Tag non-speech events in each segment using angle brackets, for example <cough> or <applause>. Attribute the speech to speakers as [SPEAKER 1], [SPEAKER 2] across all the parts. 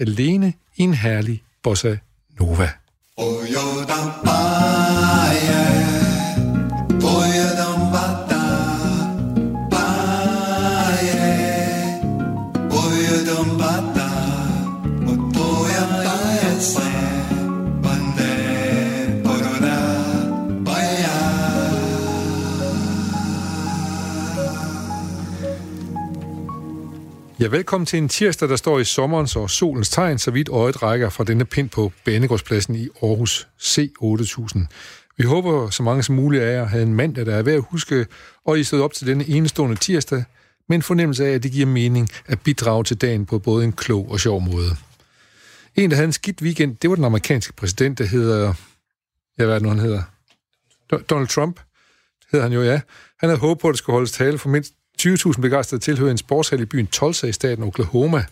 [SPEAKER 1] alene i en herlig bossa nova. Ja, velkommen til en tirsdag, der står i sommerens og solens tegn, så vidt øjet rækker fra denne pind på Banegårdspladsen i Aarhus C8000. Vi håber, så mange som muligt af jer havde en mandag, der er ved at huske, og I stod op til denne enestående tirsdag, med en fornemmelse af, at det giver mening at bidrage til dagen på både en klog og sjov måde. En, der havde en skidt weekend, det var den amerikanske præsident, der hedder... Ja, hvad er det nu, han hedder? Do- Donald Trump hedder han jo, ja. Han havde håbet på, at der skulle holdes tale for mindst 20.000 begejstrede tilhører en sportshal i byen Tulsa i staten Oklahoma.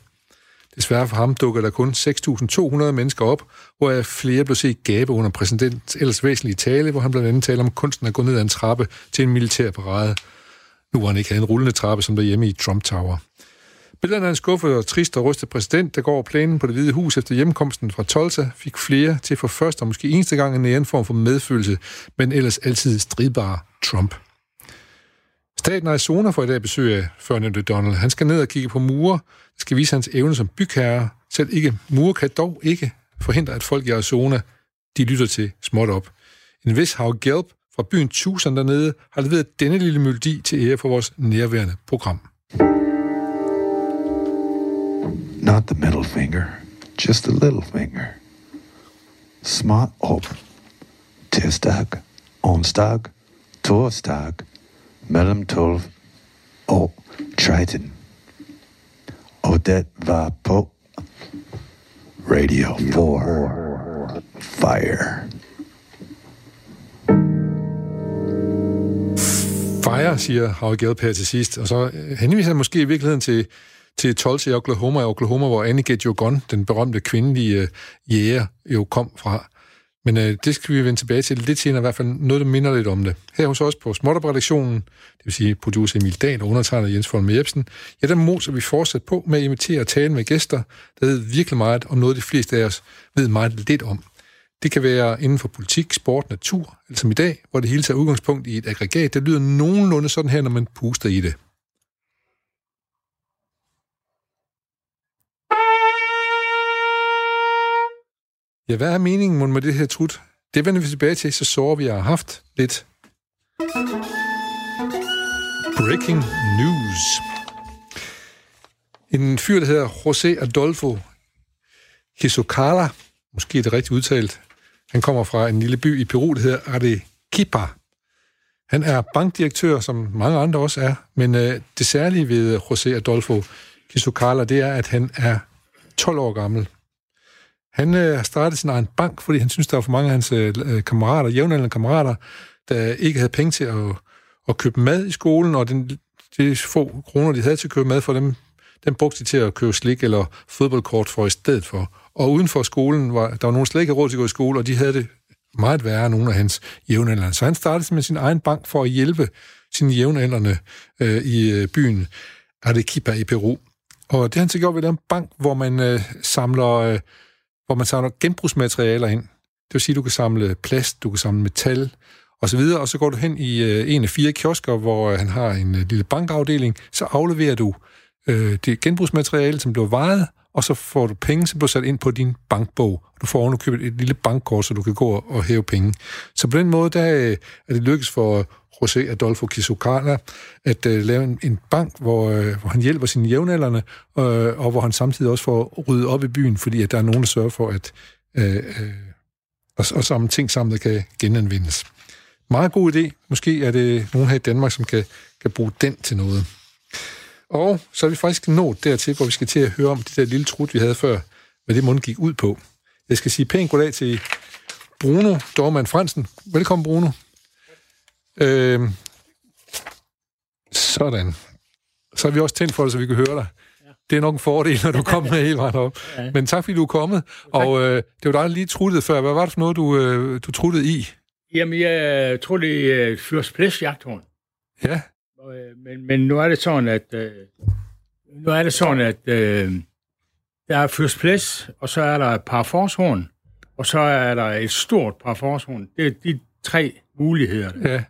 [SPEAKER 1] Desværre for ham dukker der kun 6.200 mennesker op, hvor flere blev set gabe under præsidentens ellers væsentlige tale, hvor han blandt andet taler om kunsten at gå ned ad en trappe til en militær parade. Nu hvor han ikke havde en rullende trappe, som derhjemme i Trump Tower. Billederne af en skuffet og trist og rystet præsident, der går over planen på det hvide hus efter hjemkomsten fra Tulsa, fik flere til for første og måske eneste gang en næren form for medfølelse, men ellers altid stridbare Trump. Staten Arizona får i dag besøg af førnævnte Donald. Han skal ned og kigge på murer. Det skal vise hans evne som bygherre. Selv ikke murer kan dog ikke forhindre, at folk i Arizona de lytter til småt op. En vis Hav Gelb fra byen Tucson dernede har leveret denne lille melodi til ære for vores nærværende program.
[SPEAKER 2] Not the middle finger, just a little finger. Smart op. Tirsdag, onsdag, torsdag, mellem 12 og 13. Og det var på Radio 4 Fire.
[SPEAKER 1] Fire, siger Hav Gelb her til sidst. Og så øh, henviser han måske i virkeligheden til til Tulsa i Oklahoma, i Oklahoma, hvor Annie Get Your Gun, den berømte kvindelige øh, jæger, jo kom fra. Men øh, det skal vi vende tilbage til lidt senere, i hvert fald noget, der minder lidt om det. Her hos os på Småtterbredaktionen, det vil sige producer Emil Dahl og undertegner Jens Folm Jebsen, ja, der moser vi fortsat på med at imitere og tale med gæster, der ved virkelig meget om noget, de fleste af os ved meget lidt om. Det kan være inden for politik, sport, natur, eller som i dag, hvor det hele tager udgangspunkt i et aggregat, der lyder nogenlunde sådan her, når man puster i det. Ja, hvad er meningen mon, med det her trut? Det vender vi tilbage til, så sover vi har haft lidt. Breaking news. En fyr, der hedder José Adolfo Hisocala, måske er det rigtigt udtalt, han kommer fra en lille by i Peru, der hedder Arequipa. Han er bankdirektør, som mange andre også er, men øh, det særlige ved José Adolfo Hisocala, det er, at han er 12 år gammel. Han øh, startede sin egen bank, fordi han synes, der var for mange af hans øh, kammerater, jævnaldrende kammerater, der ikke havde penge til at, at købe mad i skolen, og den, de få kroner, de havde til at købe mad for dem, den brugte de til at købe slik eller fodboldkort for i stedet for. Og uden for skolen var der var nogen, der slet ikke havde råd til at gå i skole, og de havde det meget værre end nogle af hans jævnaldrende. Så han startede med sin egen bank for at hjælpe sine jævnaldrende øh, i øh, byen Arequipa i Peru. Og det har han så gjort ved den bank, hvor man øh, samler... Øh, hvor man samler genbrugsmaterialer ind. Det vil sige, at du kan samle plast, du kan samle metal og så videre, og så går du hen i øh, en af fire kiosker, hvor øh, han har en øh, lille bankafdeling, så afleverer du øh, det genbrugsmateriale, som bliver vejet, og så får du penge, som bliver sat ind på din bankbog. Du får ovenikøbet et lille bankkort, så du kan gå og, og hæve penge. Så på den måde der, øh, er det lykkedes for José Adolfo Kisukala at øh, lave en, en bank, hvor, øh, hvor han hjælper sine jævnaldrende, øh, og hvor han samtidig også får ryddet op i byen, fordi at der er nogen, der sørger for at øh, øh, og, og samle ting sammen, der kan genanvendes. Meget god idé. Måske er det nogen her i Danmark, som kan, kan bruge den til noget. Og så er vi faktisk nået dertil, hvor vi skal til at høre om det der lille trut, vi havde før, hvad det mund gik ud på. Jeg skal sige pænt goddag til Bruno Dorman Fransen. Velkommen, Bruno. Øh, sådan. Så er vi også tændt for det, så vi kan høre dig. Det er nok en fordel, når du kommer med hele vejen op. Men tak, fordi du er kommet. Og øh, det var dig, der lige truttede før. Hvad var det for noget, du, øh, du truttede i?
[SPEAKER 3] Jamen, jeg tror, øh, det er fyrstblæsjagthorn.
[SPEAKER 1] Ja,
[SPEAKER 3] Men, men nu er det sådan, at... Øh, nu er det sådan, at... Øh, Der er First Place, og så er der et par forshorn, og så er der et stort par forshorn. Det er de tre muligheder. der.
[SPEAKER 1] Ja,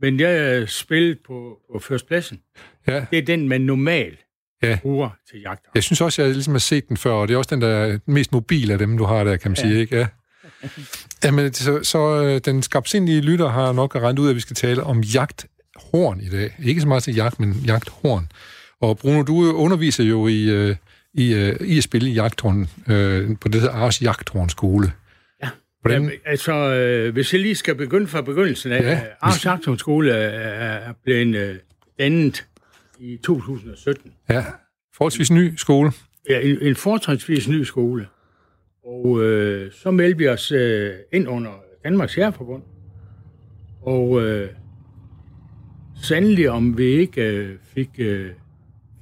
[SPEAKER 3] Men jeg øh, spillede på, på First Placen.
[SPEAKER 1] ja.
[SPEAKER 3] Det er den, man normalt
[SPEAKER 1] Ja.
[SPEAKER 3] ja. bruger til jagter.
[SPEAKER 1] Jeg synes også, jeg ligesom har set den før, og det er også den, der er den mest mobil af dem, du har der, kan man ja. sige,
[SPEAKER 3] <laughs>
[SPEAKER 1] ikke? Ja. Jamen, så, så øh, den skabsindige lytter har nok rent ud, af, at vi skal tale om jagthorn i dag. Ikke så meget til jagt, men jagthorn. Og Bruno, du øh, underviser jo i, øh, i, øh, i at spille jagthorn øh, på det her Ars Jagthorn skole.
[SPEAKER 3] Ja.
[SPEAKER 1] Hvordan,
[SPEAKER 3] Jamen, altså, øh, hvis jeg lige skal begynde fra begyndelsen af,
[SPEAKER 1] Ja.
[SPEAKER 3] ja. Ars Jagthund Skole er, er blevet øh, dannet i 2017.
[SPEAKER 1] ja, forholdsvis ny skole.
[SPEAKER 3] Ja, en, en fortrinsvis ny skole. Og øh, så meldte vi os øh, ind under Danmarks Jægerforbund. Og øh, sandelig om vi ikke øh, fik, øh,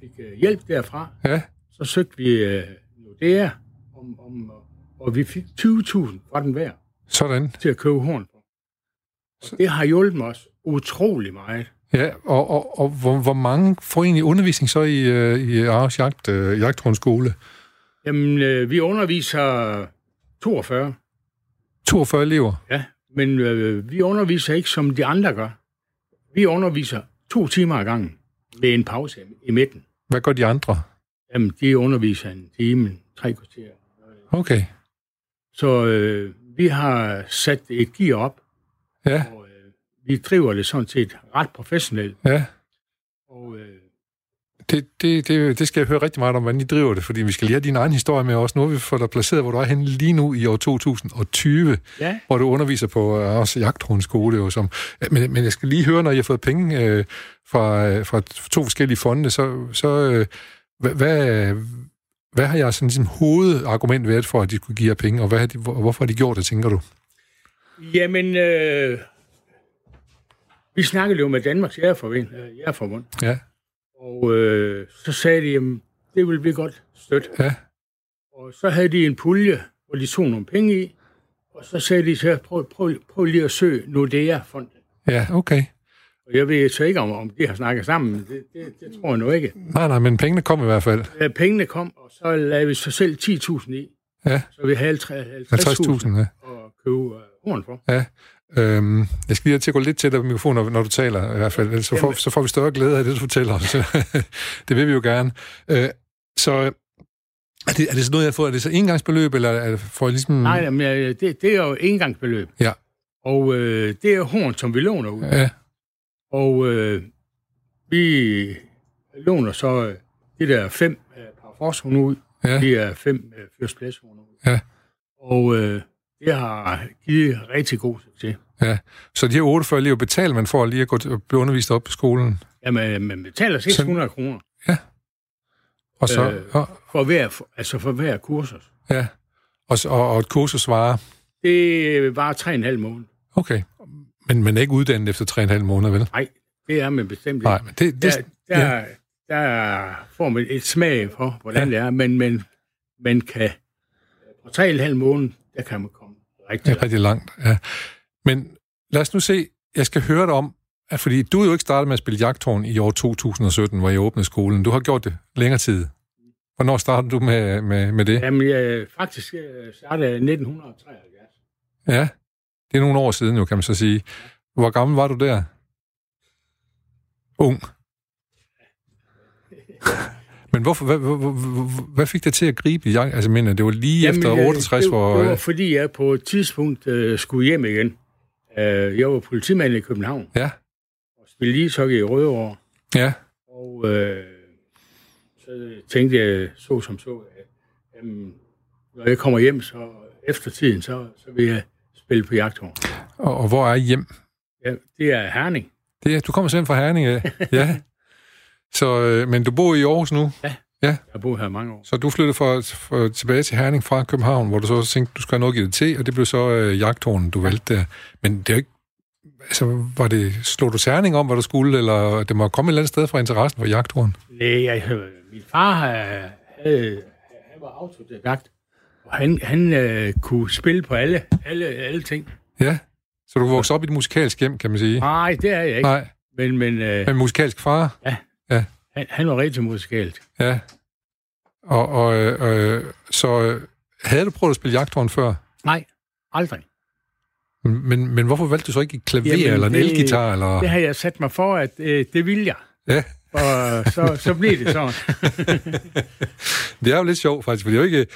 [SPEAKER 3] fik øh, hjælp derfra,
[SPEAKER 1] Ja,
[SPEAKER 3] så søgte vi øh, Nordea, om, om, og vi fik 20.000 fra den hver
[SPEAKER 1] sådan.
[SPEAKER 3] til at købe horn på. Og det har hjulpet os utrolig meget.
[SPEAKER 1] Ja, og, og, og hvor, hvor mange får egentlig undervisning så i, øh, i Ars Jagt, øh, Jagthorn skole?
[SPEAKER 3] Jamen, øh, vi underviser 42,
[SPEAKER 1] 42 elever.
[SPEAKER 3] ja, men øh, vi underviser ikke, som de andre gør. Vi underviser to timer ad gangen med en pause i midten.
[SPEAKER 1] Hvad gør de andre?
[SPEAKER 3] Jamen, de underviser en time, tre kvarter.
[SPEAKER 1] Okay,
[SPEAKER 3] Så øh, vi har sat et gear op,
[SPEAKER 1] ja,
[SPEAKER 3] og øh, vi driver det sådan set ret professionelt.
[SPEAKER 1] ja.
[SPEAKER 3] Og øh,
[SPEAKER 1] Det, det, det, det skal jeg høre rigtig meget om, hvordan I driver det, fordi vi skal lige have din egen historie med også. Nu har vi fået dig placeret, hvor du er henne lige nu i år 2020,
[SPEAKER 3] ja,
[SPEAKER 1] hvor du underviser på øh, også jagthornskole. Jo, som, men, men jeg skal lige høre, når I har fået penge øh, fra, øh, fra to forskellige fonde, så, så øh, hvad, hvad, hvad har jeg sådan ligesom, hovedargument været for, at de skulle give jer penge, og hvad har de, hvor, hvorfor har de gjort det, tænker du?
[SPEAKER 3] Jamen, øh, vi snakkede jo med Danmarks Jægerforbund, øh, Jægerforbund
[SPEAKER 1] Ja,
[SPEAKER 3] og øh, så sagde de, jamen, det vil vi godt støtte.
[SPEAKER 1] ja,
[SPEAKER 3] Og så havde de en pulje, hvor de tog nogle penge i, og så sagde de til os, prøv, prøv, prøv lige at søge Nordea-fonden.
[SPEAKER 1] ja, okay.
[SPEAKER 3] Og jeg ved så ikke, om, om de har snakket sammen, men det, det, det tror jeg nu ikke.
[SPEAKER 1] Nej, nej, men pengene kom i hvert fald.
[SPEAKER 3] Da pengene kom, og så lagde vi så selv 10.000 i,
[SPEAKER 1] Ja,
[SPEAKER 3] så vi havde 50.000
[SPEAKER 1] 50.000, ja.
[SPEAKER 3] at købe øh, horn for.
[SPEAKER 1] Ja. Øhm, jeg skal lige have til at gå lidt tættere på mikrofonen, når, når du taler i hvert fald, ellers så får,
[SPEAKER 3] Jamen.
[SPEAKER 1] så får vi større glæde af det, du fortæller os. <laughs> det vil vi jo gerne. Øh, så øh, er det, er det sådan noget, jeg har fået? Er det så engangsbeløb, eller er det, får jeg ligesom...
[SPEAKER 3] Nej, jamen, øh, det, det er jo engangsbeløb.
[SPEAKER 1] Ja.
[SPEAKER 3] Og øh, det er horn, som vi låner ud.
[SPEAKER 1] Ja,
[SPEAKER 3] Og øh, vi låner så øh, det der fem øh, par forshunde ud.
[SPEAKER 1] Ja.
[SPEAKER 3] Det er fem øh, fyrstpladshunde ud.
[SPEAKER 1] Ja.
[SPEAKER 3] Og øh, det har givet rigtig god succes.
[SPEAKER 1] ja. Så de her 48 elever betaler man for lige at gå til, at blive undervist op på skolen,
[SPEAKER 3] Jamen, øh, man betaler 600 kroner
[SPEAKER 1] og så... Øh.
[SPEAKER 3] Øh.
[SPEAKER 1] Og,
[SPEAKER 3] for hver, altså for hver kursus.
[SPEAKER 1] ja. Og, så- og, og et kursus varer...
[SPEAKER 3] Det var 3,5 måneder.
[SPEAKER 1] Okay. Men man er ikke uddannet efter 3,5 måneder, vel?
[SPEAKER 3] Nej, det er man bestemt ikke.
[SPEAKER 1] Nej, men det... det
[SPEAKER 3] der, der, ja. der får man et smag for, hvordan ja. det er, men, men man kan på tre og en halv måned, der kan man komme rigtig
[SPEAKER 1] Ja,
[SPEAKER 3] langt.
[SPEAKER 1] rigtig langt, ja. Men lad os nu se, jeg skal høre dig om, at fordi du er jo ikke startet med at spille jagthorn i år 2017, hvor jeg åbnede skolen. Du har gjort det længere tid. Hvornår startede du med, med, med det?
[SPEAKER 3] Jamen, jeg faktisk øh, startede jeg i 1973.
[SPEAKER 1] Ja. Det er nogle år siden jo, kan man så sige. Hvor gammel var du der? Ung. Men hvorfor, hvad, hvad, hvad, hvad fik dig til at gribe jagt? Altså, jeg mener, det var lige Jamen,
[SPEAKER 3] Jamen,
[SPEAKER 1] efter
[SPEAKER 3] øh,
[SPEAKER 1] 68,
[SPEAKER 3] det,
[SPEAKER 1] hvor...
[SPEAKER 3] Det var, fordi jeg på et tidspunkt øh, skulle hjem igen. Øh, jeg var politimand i København
[SPEAKER 1] Ja,
[SPEAKER 3] og spillede ishockey i Rødovre.
[SPEAKER 1] ja,
[SPEAKER 3] Og øh, så tænkte jeg så som så, at jamen, når jeg kommer hjem så efter tiden, så, så vil jeg spille på jagthorn.
[SPEAKER 1] og, og hvor er hjem?
[SPEAKER 3] Ja, det er Herning.
[SPEAKER 1] Det, er- du kommer selv fra Herning,
[SPEAKER 3] <laughs>
[SPEAKER 1] ja. ja. Så, øh, men du bor i Aarhus nu,
[SPEAKER 3] Jeg har boet her mange år.
[SPEAKER 1] så du flyttede fra, fra, tilbage til Herning fra København, hvor du så tænkte, du skal have noget at give det til, og det blev så øh, jagthornen, du valgte der. Men det er jo ikke... Altså, var det, slog du Herning om, hvad du skulle, eller det må komme et eller andet sted fra interessen for jagthorn?
[SPEAKER 3] Nej, altså, min far øh, havde, han var autodidakt, og han, han øh, kunne spille på alle, alle, alle ting.
[SPEAKER 1] Ja. Så du voksede op i et musikalsk hjem, kan man sige.
[SPEAKER 3] Nej, det er jeg ikke.
[SPEAKER 1] Nej,
[SPEAKER 3] Men, men øh,
[SPEAKER 1] men musikalsk far?
[SPEAKER 3] han, han var rigtig musikalt.
[SPEAKER 1] Ja. Og, og øh, øh, så øh, havde du prøvet at spille jagthorn før?
[SPEAKER 3] Nej, aldrig.
[SPEAKER 1] Men, men hvorfor valgte du så ikke et klaver
[SPEAKER 3] Jamen,
[SPEAKER 1] Jamen, eller en
[SPEAKER 3] det-
[SPEAKER 1] elgitar? Eller...
[SPEAKER 3] Det har jeg sat mig for, at øh, det vil jeg.
[SPEAKER 1] Ja,
[SPEAKER 3] Og så, så blev det sådan.
[SPEAKER 1] det er jo lidt sjovt faktisk, for det er jo ikke...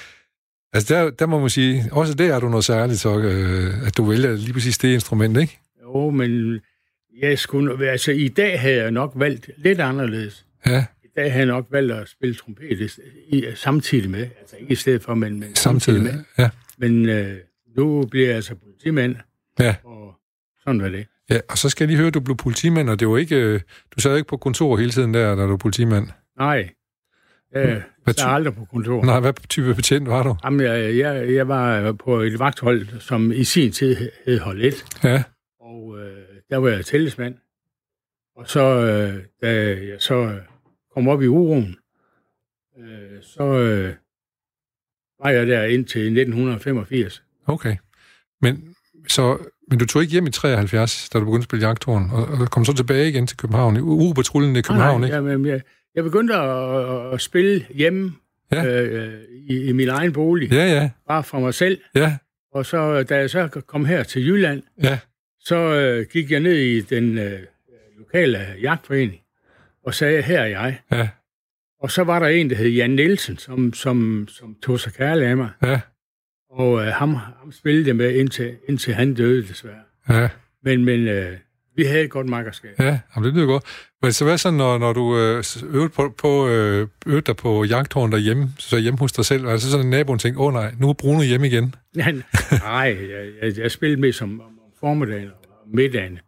[SPEAKER 1] Altså der, der må man sige, også der er du noget særligt, så, øh, at du vælger lige præcis det instrument, ikke?
[SPEAKER 3] <laughs> Jo, men jeg skulle, nu- altså, i dag havde jeg nok valgt lidt anderledes.
[SPEAKER 1] Ja,
[SPEAKER 3] I dag havde jeg nok valgt at spille trompet i- i, samtidig med. Altså ikke i stedet for, men, men samtidig,
[SPEAKER 1] samtidig.
[SPEAKER 3] med.
[SPEAKER 1] Ja,
[SPEAKER 3] Men øh, nu bliver jeg altså politimand,
[SPEAKER 1] ja.
[SPEAKER 3] og sådan var det.
[SPEAKER 1] ja, og så skal jeg lige høre, at du blev politimand, og det var ikke... Øh, du sad jo ikke på kontor hele tiden der, da du var politimand.
[SPEAKER 3] Nej, øh, jeg,
[SPEAKER 1] Hmm. Hvad
[SPEAKER 3] jeg
[SPEAKER 1] ty-
[SPEAKER 3] er aldrig på kontor.
[SPEAKER 1] Nej, hvad type betjent var du?
[SPEAKER 3] Jamen, jeg, jeg, jeg var på et vagthold, som i sin tid hed Hold 1.
[SPEAKER 1] Ja,
[SPEAKER 3] Og øh, der var jeg tillidsmand. Og så, øh, da jeg så øh, kom op i uroen, øh, så øh, var jeg der indtil 1985.
[SPEAKER 1] okay. Men, så, men du tog ikke hjem i 73, da du begyndte at spille jagthorn, og, og kom så tilbage igen til København, i ugepatruljen i København,
[SPEAKER 3] nej,
[SPEAKER 1] ikke?
[SPEAKER 3] Jamen, jeg, jeg begyndte at, at- at spille hjemme
[SPEAKER 1] Ja.
[SPEAKER 3] øh, i, i min egen bolig,
[SPEAKER 1] Ja, ja,
[SPEAKER 3] bare for mig selv.
[SPEAKER 1] ja,
[SPEAKER 3] Og så, øh, da jeg så kom her til Jylland,
[SPEAKER 1] ja.
[SPEAKER 3] så øh, gik jeg ned i den øh, lokale jagtforening og sagde, her er jeg.
[SPEAKER 1] Ja,
[SPEAKER 3] Og så var der en, der hed Jan Nielsen, som, som, som tog sig kærlig af mig.
[SPEAKER 1] ja,
[SPEAKER 3] Og øh, ham, ham spillede jeg med, indtil, indtil han døde desværre.
[SPEAKER 1] ja,
[SPEAKER 3] Men, men øh, vi havde et godt makkerskab.
[SPEAKER 1] ja. Jamen, det lyder godt. Men så hvad så, når, når du øh, s- øvede, på, på, øh, øvede dig på jagthorn derhjemme, så hjemme hos dig selv, og så sådan en naboen tænkte, åh oh, nej, nu er Bruno hjemme igen.
[SPEAKER 3] <laughs> Han, nej, jeg, jeg, jeg spillede med som om om formiddagen og om middagen.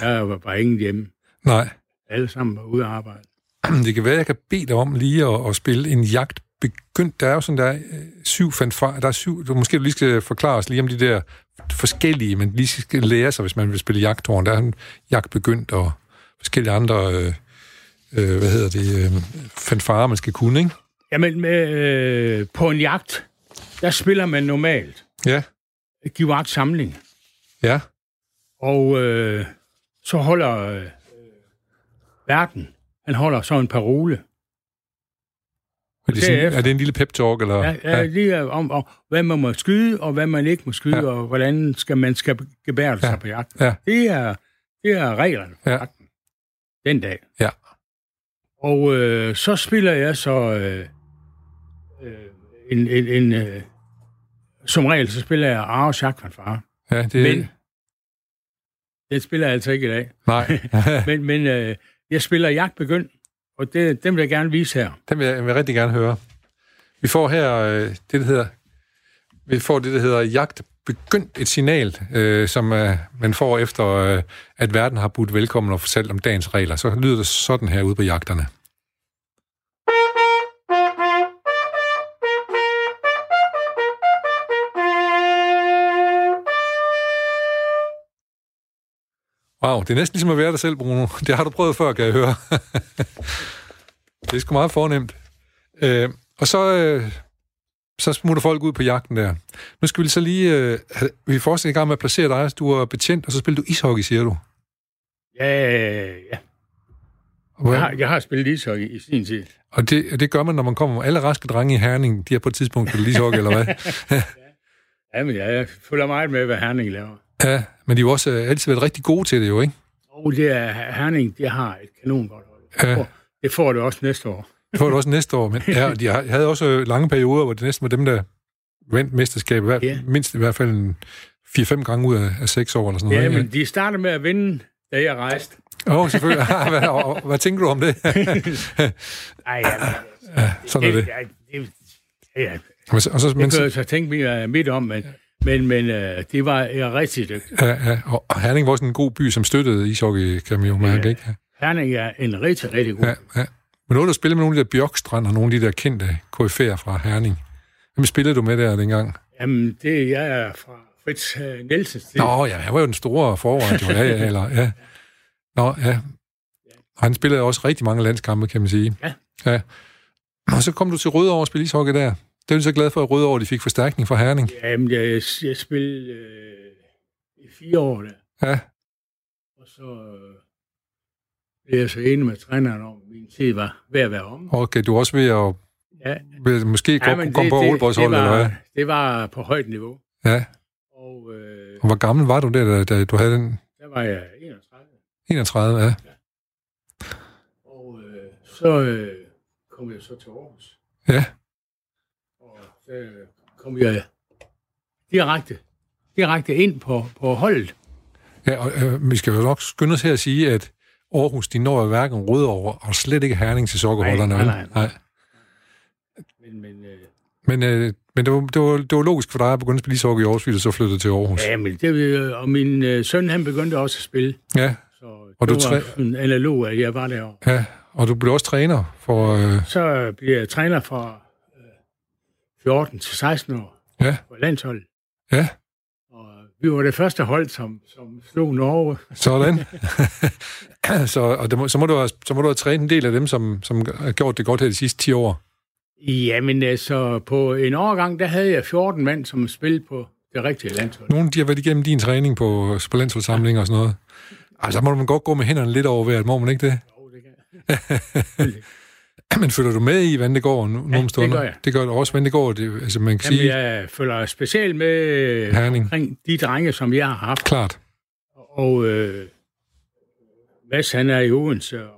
[SPEAKER 3] Der var bare ingen hjemme.
[SPEAKER 1] Nej, <clears throat>
[SPEAKER 3] Alle sammen var ude at arbejde.
[SPEAKER 1] det kan være, jeg kan bede dig om lige at, at spille en jagt begyndt. Der er jo sådan, der er øh, syv fanfare, der er syv, du, måske du lige skal forklare os lige om de der forskellige, man lige skal lære sig, hvis man vil spille jagthorn. Der er en jagt begyndt og forskellige andre, øh, øh, hvad hedder det, øh, fanfare, man skal kunne, ikke?
[SPEAKER 3] Jamen, øh, på en jagt, der spiller man normalt.
[SPEAKER 1] Ja,
[SPEAKER 3] Giver agt samling.
[SPEAKER 1] ja.
[SPEAKER 3] Og øh, så holder øh, verden, han holder så en parole.
[SPEAKER 1] Er det, sådan,
[SPEAKER 3] Derefter.
[SPEAKER 1] er det en lille pep-talk? Eller?
[SPEAKER 3] Ja, ja, lige øh, om, om, hvad man må skyde, og hvad man ikke må skyde,
[SPEAKER 1] Ja.
[SPEAKER 3] ja. og hvordan skal man skal gebære sig
[SPEAKER 1] Ja.
[SPEAKER 3] på jagt.
[SPEAKER 1] Ja.
[SPEAKER 3] Det, er, det er reglerne for
[SPEAKER 1] Ja.
[SPEAKER 3] ja. jagten. Den dag.
[SPEAKER 1] Ja.
[SPEAKER 3] Og øh, så spiller jeg så øh, øh, en, en, en øh, som regel så spiller jeg Aarhus Jagtfanfare.
[SPEAKER 1] ja det,
[SPEAKER 3] Men- Den spiller jeg altså ikke i dag.
[SPEAKER 1] Nej,
[SPEAKER 3] Men, men øh, jeg spiller jagtbegynd, og det, den vil jeg gerne vise her.
[SPEAKER 1] den vil jeg, vil jeg rigtig gerne høre. Vi får her øh, det, der hedder, vi får det, der hedder jagt begyndt et signal, øh, som øh, man får efter, øh, at verden har budt velkommen og fortalt om dagens regler. Så lyder det sådan her ude på jagterne. Wow, det er næsten ligesom at være dig selv, Bruno. <laughs> Det har du prøvet før, kan jeg høre. <laughs> det er sgu meget fornemt. Øh, og så, øh, så smutter folk ud på jagten der. Nu skal vi så lige... Øh, have- vi er fortsat i gang med at placere dig. Du er betjent, og så spiller du ishockey, siger du.
[SPEAKER 3] Ja, ja.
[SPEAKER 1] Hvor,
[SPEAKER 3] Jeg, har, jeg har spillet ishockey i sin tid.
[SPEAKER 1] Og det, og det gør man, når man kommer. Alle raske drenge i Herning, de har på et tidspunkt spillet ishockey, eller hvad?
[SPEAKER 3] Ja, men jeg, jeg følger meget med, hvad Herning laver.
[SPEAKER 1] Ja, men de har jo også øh, altid været rigtig gode til det jo, ikke?
[SPEAKER 3] Og det er Herning, de har et kanon godt hold.
[SPEAKER 1] Ja.
[SPEAKER 3] Og Det får det også næste år.
[SPEAKER 1] Det får du også næste
[SPEAKER 3] <laughs>
[SPEAKER 1] år. Men ja, de har- havde også øh, lange perioder, hvor det næsten var dem, der vandt mesterskabet. Hver,
[SPEAKER 3] Ja.
[SPEAKER 1] Mindst i hvert fald en 4-5 gange ud af, af 6 år, eller sådan noget.
[SPEAKER 3] Ja,
[SPEAKER 1] ikke?
[SPEAKER 3] men de starter med at vinde, da jeg rejste.
[SPEAKER 1] Åh, oh, selvfølgelig. <laughs> hvad, og- hvad tænker du om
[SPEAKER 3] <laughs>
[SPEAKER 1] det?
[SPEAKER 3] Ej, ja,
[SPEAKER 1] <laughs> Sådan er det.
[SPEAKER 3] Ja, det, ja,
[SPEAKER 1] Men, så- og så, men,
[SPEAKER 3] det kan
[SPEAKER 1] så-
[SPEAKER 3] jeg så tænke mig øh, midt om, men, men, men øh, det var øh, rigtig dygtigt.
[SPEAKER 1] ja, ja, og og Herning var også en god by, som støttede ishockey, kan man jo mærke, ikke?
[SPEAKER 3] Herning er en rigtig, rigtig god.
[SPEAKER 1] Ja, ja. Men nu har du spillet med nogle af de der Bjørkstrand og nogle af de der kendte KF'er fra Herning. Hvem spillede du med der dengang?
[SPEAKER 3] Jamen, det jeg er fra Fritz øh, Nielsens tid.
[SPEAKER 1] Nå, ja, han var jo den store forret, jo. Ja, ja, eller, ja. Nå, ja. Og han spillede også rigtig mange landskampe, kan man sige.
[SPEAKER 3] Ja.
[SPEAKER 1] ja. Og så kom du til Rødovre og spillede ishockey der. Det er vi så glad for, at Rødovre de fik forstærkning fra Herning.
[SPEAKER 3] Jamen, jeg, jeg spillede øh, i fire år der.
[SPEAKER 1] Ja,
[SPEAKER 3] Og så øh, blev jeg så enig med træneren om, at min tid var ved at være om.
[SPEAKER 1] okay. Du er også ved at
[SPEAKER 3] Ja.
[SPEAKER 1] Vil måske ja, kunne
[SPEAKER 3] men
[SPEAKER 1] komme på Aalborgsholdet, eller hvad?
[SPEAKER 3] var, det var på højt niveau.
[SPEAKER 1] Ja.
[SPEAKER 3] Og øh,
[SPEAKER 1] Og hvor gammel var du der, da, da du havde den?
[SPEAKER 3] der var jeg 31.
[SPEAKER 1] 31, ja.
[SPEAKER 3] Og øh, så øh, kom jeg så til Aarhus.
[SPEAKER 1] Ja.
[SPEAKER 3] Og der kom jeg direkte, direkte ind på, på holdet.
[SPEAKER 1] ja og, øh, vi skal jo nok skynde os her at sige, at Aarhus, de når jo hverken Rødovre og slet ikke Herning til sokkerholderne.
[SPEAKER 3] Nej,
[SPEAKER 1] vel?
[SPEAKER 3] nej, nej. Men, men, øh,
[SPEAKER 1] Men, øh, men det, var, det, var, det var logisk for dig at begynde at spille sokker i Aarhus, fordi du så flyttede til Aarhus.
[SPEAKER 3] ja, men det, ved- og min øh, søn, han begyndte også at spille.
[SPEAKER 1] Ja,
[SPEAKER 3] Så
[SPEAKER 1] Og
[SPEAKER 3] det
[SPEAKER 1] du
[SPEAKER 3] var
[SPEAKER 1] træ-
[SPEAKER 3] sådan analog, at jeg var derovre.
[SPEAKER 1] ja. Og du blev også træner for... Øh,
[SPEAKER 3] Så bliver jeg træner fra øh, 14 til 16 år
[SPEAKER 1] ja,
[SPEAKER 3] på landsholdet.
[SPEAKER 1] ja,
[SPEAKER 3] Og vi var det første hold, som, som slog Norge. <laughs>
[SPEAKER 1] sådan. så, og det må, så, må du have, så må du have trænet en del af dem, som, som har gjort det godt her de sidste 10 år.
[SPEAKER 3] Jamen altså, på en årgang, der havde jeg 14 mænd, som spillede på det rigtige landshold.
[SPEAKER 1] Nogle de har været igennem din træning på, på landsholdssamlinger og sådan noget. Altså, så må man godt gå med hænderne lidt over hvert, må man ikke det? <clears throat>
[SPEAKER 3] Jo, det kan jeg.
[SPEAKER 1] Men følger du med i Vandegård nu, ja, nogle
[SPEAKER 3] det
[SPEAKER 1] stunder?
[SPEAKER 3] gør jeg.
[SPEAKER 1] Det gør du også. Vandegård, det, altså man kan Jamen, sige,
[SPEAKER 3] Jamen,
[SPEAKER 1] ja.
[SPEAKER 3] jeg følger specielt med øh,
[SPEAKER 1] Herning.
[SPEAKER 3] omkring de drenge, som jeg har haft.
[SPEAKER 1] klart.
[SPEAKER 3] Og øh, Mads, han er i Odense, og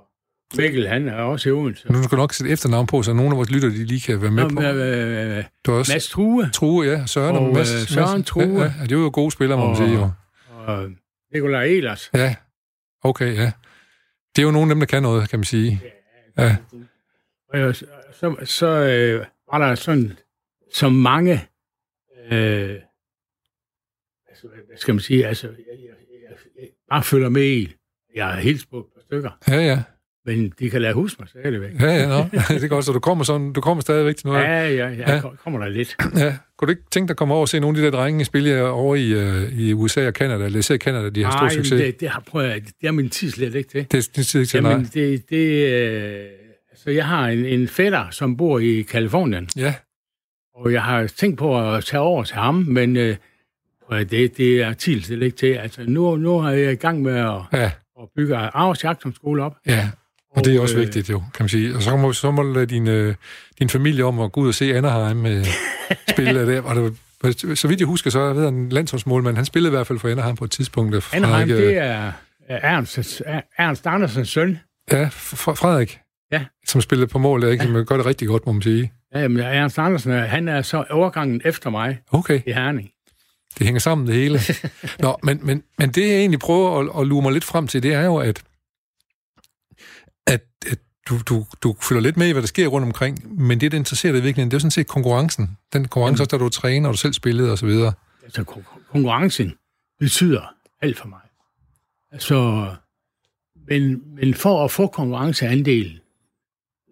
[SPEAKER 3] Mikkel, han er også i Odense.
[SPEAKER 1] Nu skal du nok sætte efternavn på, så nogle af vores lytter, de lige kan være med på.
[SPEAKER 3] Nå, øh, øh,
[SPEAKER 1] Du har også
[SPEAKER 3] Mads True
[SPEAKER 1] True, ja. Søren og,
[SPEAKER 3] Og,
[SPEAKER 1] og
[SPEAKER 3] øh,
[SPEAKER 1] Mads.
[SPEAKER 3] Søren True.
[SPEAKER 1] Ja, ja, det var jo gode spillere, må man
[SPEAKER 3] Og-
[SPEAKER 1] sige. Jo.
[SPEAKER 3] og Nikolaj Elers.
[SPEAKER 1] Ja, okay, ja. Det er jo nogle af dem, der kan noget, kan man sige. Ja.
[SPEAKER 3] Og jeg, så, så øh, var der sådan, så mange, øh, altså, hvad hvad skal man sige, altså, jeg, jeg, jeg, jeg bare følger med i, jeg har hilst på et par stykker,
[SPEAKER 1] Ja, ja.
[SPEAKER 3] men de kan lade huske mig stadigvæk.
[SPEAKER 1] Ja, ja, no. <laughs> det er godt, så du kommer, sådan, du kommer stadigvæk til noget. Ja.
[SPEAKER 3] Ja, ja, ja,
[SPEAKER 1] Ja.
[SPEAKER 3] ja. kommer der lidt.
[SPEAKER 1] ja. Kunne du ikke tænke dig at komme over og se nogle af de der drenge spille over i, øh, i USA og Canada, eller især Canada, de har stor
[SPEAKER 3] Ej,
[SPEAKER 1] succes?
[SPEAKER 3] Det, det, har, prøv at, det har min tid slet ikke til.
[SPEAKER 1] Det, er- det, siger ikke til
[SPEAKER 3] Jamen,
[SPEAKER 1] dig.
[SPEAKER 3] det, det, øh, altså, jeg har en, en fætter, som bor i Kalifornien,
[SPEAKER 1] Ja,
[SPEAKER 3] Og jeg har tænkt på at tage over til ham, men øh, prøv at- det, det er tid slet ikke til. Altså, nu, nu er jeg i gang med at,
[SPEAKER 1] ja,
[SPEAKER 3] at bygge Aarhus Jagtdomsskole op.
[SPEAKER 1] ja. Og det er også
[SPEAKER 3] øh,
[SPEAKER 1] vigtigt, jo, kan man sige. Og så må, så må du lade din, øh, din familie om at gå ud og se Anaheim
[SPEAKER 3] <laughs>
[SPEAKER 1] øh, spille der. Og det, var- så vidt jeg husker, så er der en landsholdsmålmand, han spillede i hvert fald for Anaheim på et tidspunkt. og
[SPEAKER 3] Anaheim,
[SPEAKER 1] Frederik, øh,
[SPEAKER 3] det er er Ernst, er- Ernst Andersens søn.
[SPEAKER 1] øh, Ja, Fr- Frederik.
[SPEAKER 3] Ja.
[SPEAKER 1] Som spillede på mål, der, ikke? Som gør det rigtig godt, må man sige.
[SPEAKER 3] Ja, Jamen, Ernst Andersen, øh, han er så overgangen efter mig
[SPEAKER 1] Okay,
[SPEAKER 3] i Herning.
[SPEAKER 1] det hænger sammen det hele. Nå, men, men, men det jeg egentlig prøver at, at lure mig lidt frem til, det er jo, at, at, at du, du, du følger lidt med i, hvad der sker rundt omkring, men det, der interesserer dig i virkeligheden, det er jo sådan set konkurrencen. Den konkurrence, også, der du træner, og du selv spillede osv.
[SPEAKER 3] Altså, kon- kon- konkurrencen betyder alt for mig. Altså, men, men for at få konkurrenceandelen,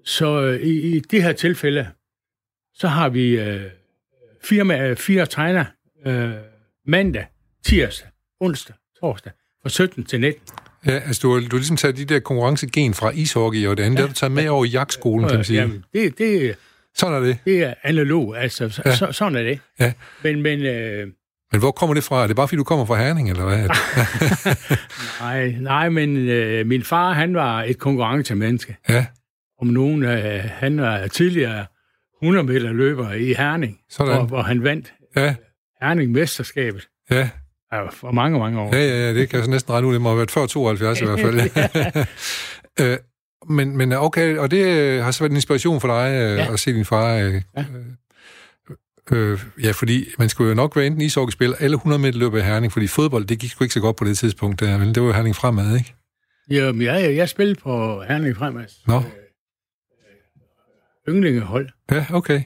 [SPEAKER 3] så øh, i, i det her tilfælde, så har vi øh, fire, ma- øh, fire tegner øh, mandag, tirsdag, onsdag, torsdag, fra 17 til 19.
[SPEAKER 1] Ja, altså du, har- du har ligesom taget de der konkurrencegen fra ishockey og det andet, ja. der har du taget med over i jagtskolen, kan man sige.
[SPEAKER 3] Jamen, det, det,
[SPEAKER 1] Sådan er det.
[SPEAKER 3] det er analog, altså, så,
[SPEAKER 1] Ja.
[SPEAKER 3] ja. så, sådan er det.
[SPEAKER 1] Ja.
[SPEAKER 3] Men, men øh,
[SPEAKER 1] Men hvor kommer det fra? Er det bare, fordi du kommer fra Herning, eller hvad?
[SPEAKER 3] nej, nej, men øh, min far, han var et konkurrencemenneske.
[SPEAKER 1] Ja,
[SPEAKER 3] om nogen. Øh, han var tidligere 100 meter løber i Herning,
[SPEAKER 1] Sådan.
[SPEAKER 3] Hvor, hvor han vandt
[SPEAKER 1] ja,
[SPEAKER 3] Herning-mesterskabet
[SPEAKER 1] ja.
[SPEAKER 3] øh, for mange, mange år.
[SPEAKER 1] Ja, ja, ja, det kan jeg så næsten regne ud. Det må have været før 72 i hvert
[SPEAKER 3] <laughs>
[SPEAKER 1] fald. <laughs> øh, men, men okay, og det øh, har så været en inspiration for dig øh, ja.
[SPEAKER 3] Ja.
[SPEAKER 1] at se din far. Øh, ja.
[SPEAKER 3] Ja.
[SPEAKER 1] Øh, ja, fordi man skulle jo nok være enten ishockeyspiller eller 100 meter løber i Herning, fordi fodbold, det gik sgu ikke så godt på det tidspunkt. Der, vel? Det var jo Herning fremad, ikke?
[SPEAKER 3] Jamen, jeg, jeg, jeg spillede på Herning Fremad.
[SPEAKER 1] Nå.
[SPEAKER 3] Yndlingehold.
[SPEAKER 1] Ja, okay.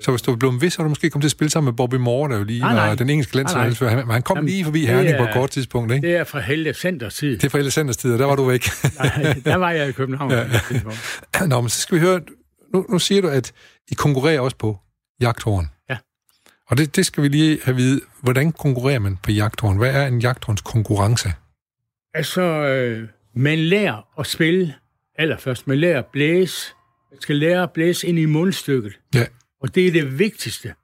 [SPEAKER 1] Så hvis du var blevet ved, så havde du måske kommet til at spille sammen med Bobby Moore, der jo lige
[SPEAKER 3] Nej, nej.
[SPEAKER 1] var den engelske landsholdsfører. Han, han kom
[SPEAKER 3] Jamen,
[SPEAKER 1] lige forbi
[SPEAKER 3] det
[SPEAKER 1] Herning på et
[SPEAKER 3] er-
[SPEAKER 1] kort tidspunkt, ikke?
[SPEAKER 3] Det er fra Helge Centers
[SPEAKER 1] <laughs>
[SPEAKER 3] tid.
[SPEAKER 1] Det er fra Alessanders tid, og der var du væk.
[SPEAKER 3] Nej, der var jeg i København.
[SPEAKER 1] Ja.
[SPEAKER 3] på det tidspunkt.
[SPEAKER 1] <clears throat> Nå, men så skal vi høre, nu, nu siger du, at I konkurrerer også på jagthorn.
[SPEAKER 3] Ja.
[SPEAKER 1] Og det, det skal vi lige have at vide. Hvordan konkurrerer man på jagthorn? Hvad er en jagthorns konkurrence?
[SPEAKER 3] <laughs> Altså, øh, man lærer at spille allerførst. Man lærer at blæse. Man skal lære at blæse ind i mundstykket.
[SPEAKER 1] Ja,
[SPEAKER 3] Og det er det vigtigste.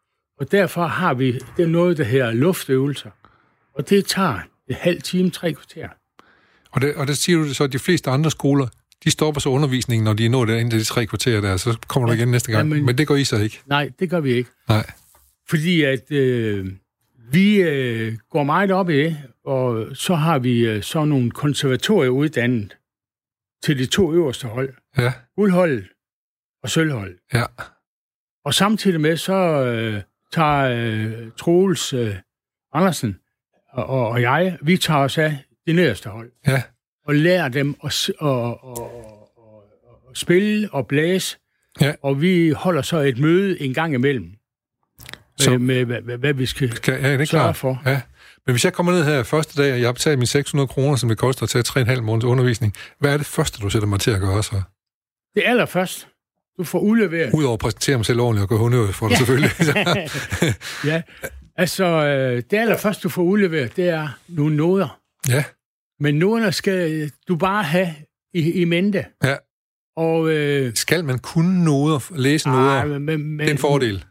[SPEAKER 3] Og derfor har vi det er noget, der hedder luftøvelser. Og det tager en halv time, tre kvarter.
[SPEAKER 1] og det, og det siger du så, at de fleste andre skoler, de stopper så undervisningen, når de er nået ind til de tre kvarter der, så kommer du igen næste gang.
[SPEAKER 3] Jamen-
[SPEAKER 1] Men det går I så ikke.
[SPEAKER 3] Nej, det gør vi ikke.
[SPEAKER 1] Nej.
[SPEAKER 3] Fordi at øh, vi øh, går meget op i det, og så har vi øh, så nogle konservatorier uddannet til de to øverste hold.
[SPEAKER 1] Ja,
[SPEAKER 3] Guldholdet og sølvholdet.
[SPEAKER 1] ja,
[SPEAKER 3] Og samtidig med, så øh, tager øh, Troels øh, Andersen og, og, og jeg, vi tager os af det nederste hold.
[SPEAKER 1] ja,
[SPEAKER 3] og lærer dem at, s- at, at, at, at spille og blæse.
[SPEAKER 1] Ja.
[SPEAKER 3] Og vi holder så et møde en gang imellem,
[SPEAKER 1] Så-
[SPEAKER 3] så. med, med hvad, hvad, hvad vi skal...
[SPEAKER 1] kan, ja det er
[SPEAKER 3] Sørger
[SPEAKER 1] klart.
[SPEAKER 3] for.
[SPEAKER 1] Ja. Men hvis jeg kommer ned her første dag, og jeg har betalt mine 600 kroner, som det koster at tage 3,5 måneds undervisning, hvad er det første, du sætter mig til at gøre så?
[SPEAKER 3] Det allerførst, du får udleveret.
[SPEAKER 1] Udover at præsentere mig selv ordentligt og gøre hundøvet for dig
[SPEAKER 3] <laughs>
[SPEAKER 1] selvfølgelig.
[SPEAKER 3] ja. Altså, øh, det allerførste, du får udleveret, det er nogle noder.
[SPEAKER 1] ja,
[SPEAKER 3] Men noderne skal du bare have i, i mente.
[SPEAKER 1] ja.
[SPEAKER 3] Og... Øh,
[SPEAKER 1] Skal man kunne noder, læse noder?
[SPEAKER 3] ej, men, men,
[SPEAKER 1] det er en fordel.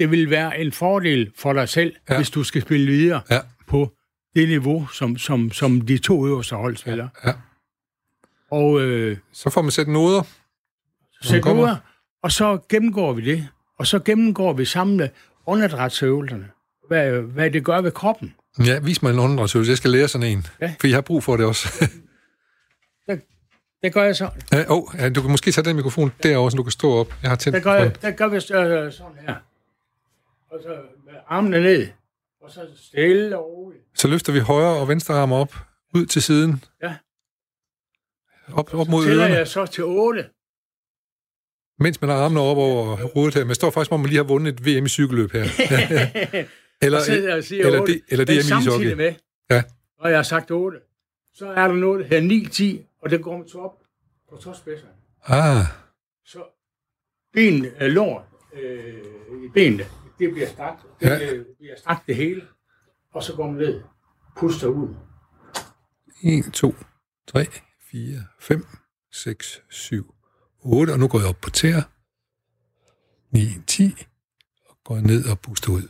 [SPEAKER 3] det vil være en fordel for dig selv,
[SPEAKER 1] Ja.
[SPEAKER 3] ja. hvis du skal spille videre
[SPEAKER 1] Ja.
[SPEAKER 3] på det niveau, som, som, som de to øverste hold spiller.
[SPEAKER 1] ja.
[SPEAKER 3] Og øh,
[SPEAKER 1] Så får man sæt noder.
[SPEAKER 3] sæt
[SPEAKER 1] kommer.
[SPEAKER 3] noder, og så gennemgår vi det. Og så gennemgår vi sammen med åndedrætsøvelserne. Hvad, hvad det gør ved kroppen.
[SPEAKER 1] Ja, vis mig en åndedrætsøvelse. Jeg skal lære sådan en.
[SPEAKER 3] Ja.
[SPEAKER 1] For jeg har brug for det også. <laughs>
[SPEAKER 3] Det gør jeg så.
[SPEAKER 1] ja, oh, ja, du kan måske tage den mikrofon derovre, så du kan stå op. Jeg har tændt
[SPEAKER 3] Det gør,
[SPEAKER 1] den.
[SPEAKER 3] jeg, det gør vi så, øh, sådan her. Og så med armene ned. Og så stille og roligt.
[SPEAKER 1] Så løfter vi højre og venstre arm op. Ud til siden.
[SPEAKER 3] Ja.
[SPEAKER 1] Op, op mod
[SPEAKER 3] Tæller
[SPEAKER 1] ørerne.
[SPEAKER 3] jeg så til 8.
[SPEAKER 1] Mens man har armene op over hovedet her. Man står faktisk, om man lige har vundet et VM i cykelløb
[SPEAKER 3] <laughs>
[SPEAKER 1] her. eller,
[SPEAKER 3] Så sidder jeg og siger
[SPEAKER 1] eller
[SPEAKER 3] 8.
[SPEAKER 1] det- eller det er min ishockey.
[SPEAKER 3] samtidig med,
[SPEAKER 1] Ja.
[SPEAKER 3] når jeg har sagt 8, så er der noget, der hedder 9, 10, og det går man så op på tåspidserne.
[SPEAKER 1] ah,
[SPEAKER 3] Så ben, øh, lår øh, i benene, det bliver strakt. Det
[SPEAKER 1] Ja.
[SPEAKER 3] ja. bliver strakt det hele, og så går man ned, puster ud.
[SPEAKER 1] 1, 2, 3, 4, 5, 6, 7, 8. Og nu går jeg op på tæer. 9, 10. Og går ned og puster ud.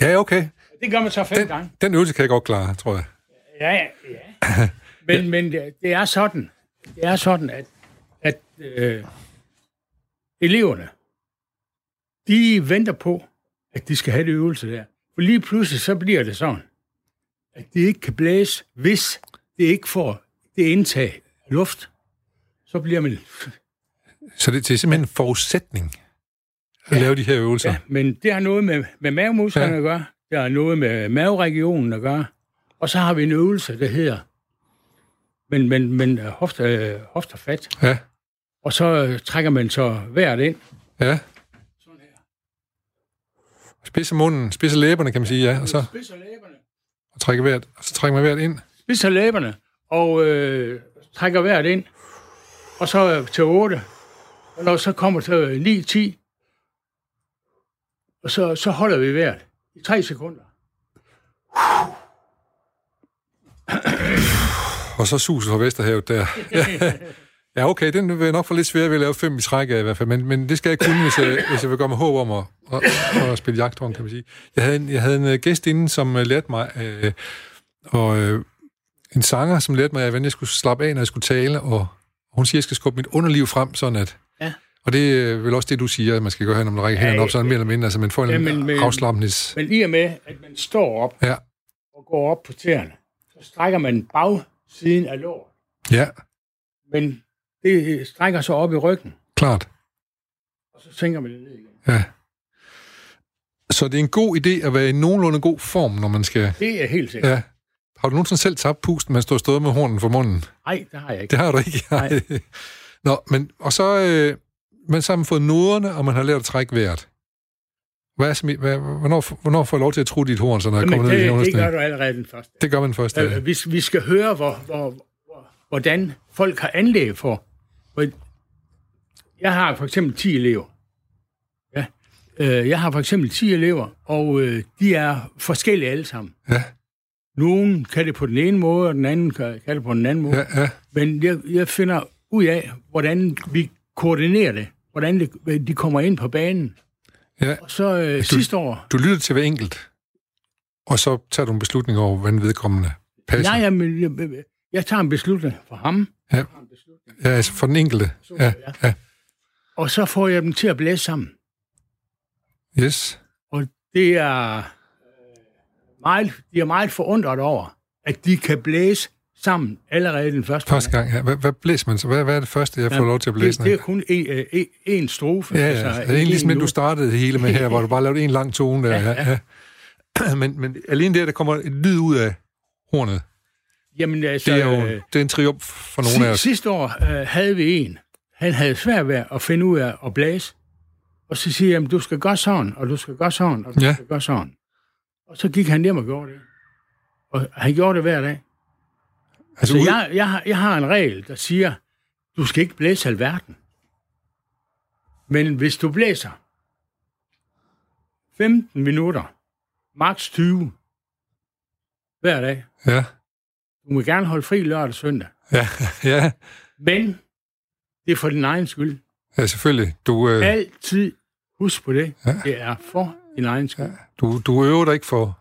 [SPEAKER 1] Ja, okay.
[SPEAKER 3] Det gør man så fem
[SPEAKER 1] Den,
[SPEAKER 3] gange.
[SPEAKER 1] den øvelse kan jeg godt klare, tror jeg.
[SPEAKER 3] Ja, ja, ja. Men, men det det er sådan, det er sådan at, at øh, eleverne, de venter på, at de skal have det øvelse der. For lige pludselig, så bliver det sådan, at de ikke kan blæse, hvis det ikke får det indtag af luft. Så bliver man...
[SPEAKER 1] Så det, det er simpelthen en forudsætning at lave de her øvelser.
[SPEAKER 3] Ja, men det har noget med, med mavemusklerne
[SPEAKER 1] Ja.
[SPEAKER 3] ja. at gøre. Det har noget med maveregionen at gøre. Og så har vi en øvelse, der hedder... Men, men, men øh, hofte, øh, hofte fat.
[SPEAKER 1] Ja,
[SPEAKER 3] Og så øh, trækker man så hvert ind.
[SPEAKER 1] ja. Spidser munden, spidser læberne, kan man sige, ja. Og så
[SPEAKER 3] Spidser læberne.
[SPEAKER 1] og trækker hvert, og så trækker man hvert ind.
[SPEAKER 3] Spidser læberne, og øh, trækker hvert ind. Og så øh, til 8. Og når så kommer til 9, 10. Og så, så holder vi hvert i 3 sekunder.
[SPEAKER 1] Og så suser fra Vesterhavet
[SPEAKER 3] <laughs>
[SPEAKER 1] der. ja, okay, den vil jeg nok få lidt svært ved at lave fem i træk af i hvert fald, men, men det skal jeg kunne, hvis jeg, hvis jeg vil gøre mig håb om at, at, at spille jagthorn, kan man sige. Jeg havde en, jeg havde en øh, gæst inden, som øh, lærte mig, øh, og øh, en sanger, som lærte mig, hvordan jeg skulle slappe af, når jeg skulle tale, og hun siger, at jeg skal skubbe mit underliv frem, sådan at...
[SPEAKER 3] Ja.
[SPEAKER 1] Og det er øh, vel også det, du siger, at man skal gøre her, når man rækker
[SPEAKER 3] Ja,
[SPEAKER 1] hænderne op,
[SPEAKER 3] ja, øh,
[SPEAKER 1] sådan mere eller mindre, altså man får en
[SPEAKER 3] Ja,
[SPEAKER 1] eller
[SPEAKER 3] men-
[SPEAKER 1] anden
[SPEAKER 3] men-
[SPEAKER 1] afslappnings...
[SPEAKER 3] Men i og med, at man står op
[SPEAKER 1] Ja,
[SPEAKER 3] og går op på tæerne, så strækker man bagsiden af låret.
[SPEAKER 1] ja,
[SPEAKER 3] Men det øh, strækker så op i ryggen,
[SPEAKER 1] klart.
[SPEAKER 3] og så sænker man det ned igen.
[SPEAKER 1] Ja. Så det er en god idé at være i nogenlunde god form, når man skal...
[SPEAKER 3] Det er helt sikkert.
[SPEAKER 1] Ja. Har du nogensinde selv tabt pusten, man står stået med hornen for munden?
[SPEAKER 3] Nej, det har jeg ikke.
[SPEAKER 1] Det har du ikke.
[SPEAKER 3] Nej.
[SPEAKER 1] Nå, men, og så, øh, men så har man fået noderne, og man har lært at trække vejret. Hvad er, smi- hvad, hvornår, hvornår får jeg lov til at tro dit horn, så når jeg
[SPEAKER 3] Men
[SPEAKER 1] kommer ned i
[SPEAKER 3] det, det
[SPEAKER 1] undersnit?
[SPEAKER 3] gør du allerede den første.
[SPEAKER 1] det gør man først. Ja.
[SPEAKER 3] Øh, vi, vi skal høre, hvor, hvor, hvor, hvordan folk har anlæg for. for jeg har for eksempel 10 elever. Ja. Øh, jeg har for eksempel 10 elever, og øh, de er forskellige alle sammen.
[SPEAKER 1] Ja,
[SPEAKER 3] Nogen kan det på den ene måde, og den anden kan, kan det på den anden måde.
[SPEAKER 1] ja, ja.
[SPEAKER 3] Men jeg, jeg finder ud af, hvordan vi koordinerer det. Hvordan det, hvad de kommer ind på banen.
[SPEAKER 1] Ja.
[SPEAKER 3] Og så øh, sidste år...
[SPEAKER 1] Du lytter til hver enkelt, og så tager du en beslutning over, hvordan vedkommende passer.
[SPEAKER 3] Nej, jamen, jeg, jeg, Jeg tager en beslutning for ham,
[SPEAKER 1] Ja. ja, altså for den enkelte. Ja, ja.
[SPEAKER 3] og så får jeg dem til at blæse sammen.
[SPEAKER 1] Yes.
[SPEAKER 3] Og det er øh, meget, de er meget forundret over, at de kan blæse sammen allerede den første
[SPEAKER 1] Første gang. Ja. Hvad, hvad blæser man så? Hvad, hvad er det første, jeg får lov til at blæse?
[SPEAKER 3] Det, det er kun én strofe.
[SPEAKER 1] Ja, ja. Altså, det er egentlig ligesom, inden du startede det hele med her, hvor du bare lavede en lang tone
[SPEAKER 3] <laughs>
[SPEAKER 1] der. Ja, ja. <clears throat> Men, men alene der, der kommer et lyd ud af hornet.
[SPEAKER 3] Jamen, altså,
[SPEAKER 1] Det er jo
[SPEAKER 3] øh,
[SPEAKER 1] det er en triumf for nogle af
[SPEAKER 3] si-
[SPEAKER 1] os.
[SPEAKER 3] sidste år øh, havde vi en. Han havde svært ved at finde ud af at blæse. Og så siger jeg, "Jamen, du skal gøre sådan, og du skal gøre sådan, og du
[SPEAKER 1] Ja.
[SPEAKER 3] ja. skal gøre sådan. Og så gik han hjem og gjorde det. Og han gjorde det hver dag.
[SPEAKER 1] Altså,
[SPEAKER 3] Så
[SPEAKER 1] ud,
[SPEAKER 3] jeg, jeg, har- jeg har en regel, der siger, du skal ikke blæse alverden. Men hvis du blæser 15 minutter, maks 20, hver dag,
[SPEAKER 1] ja,
[SPEAKER 3] du må gerne holde fri lørdag og søndag,
[SPEAKER 1] ja, ja,
[SPEAKER 3] men det er for din egen skyld.
[SPEAKER 1] ja, selvfølgelig. Du, øh,
[SPEAKER 3] Altid husk på det. Det er for din egen skyld.
[SPEAKER 1] du, du øver dig ikke for,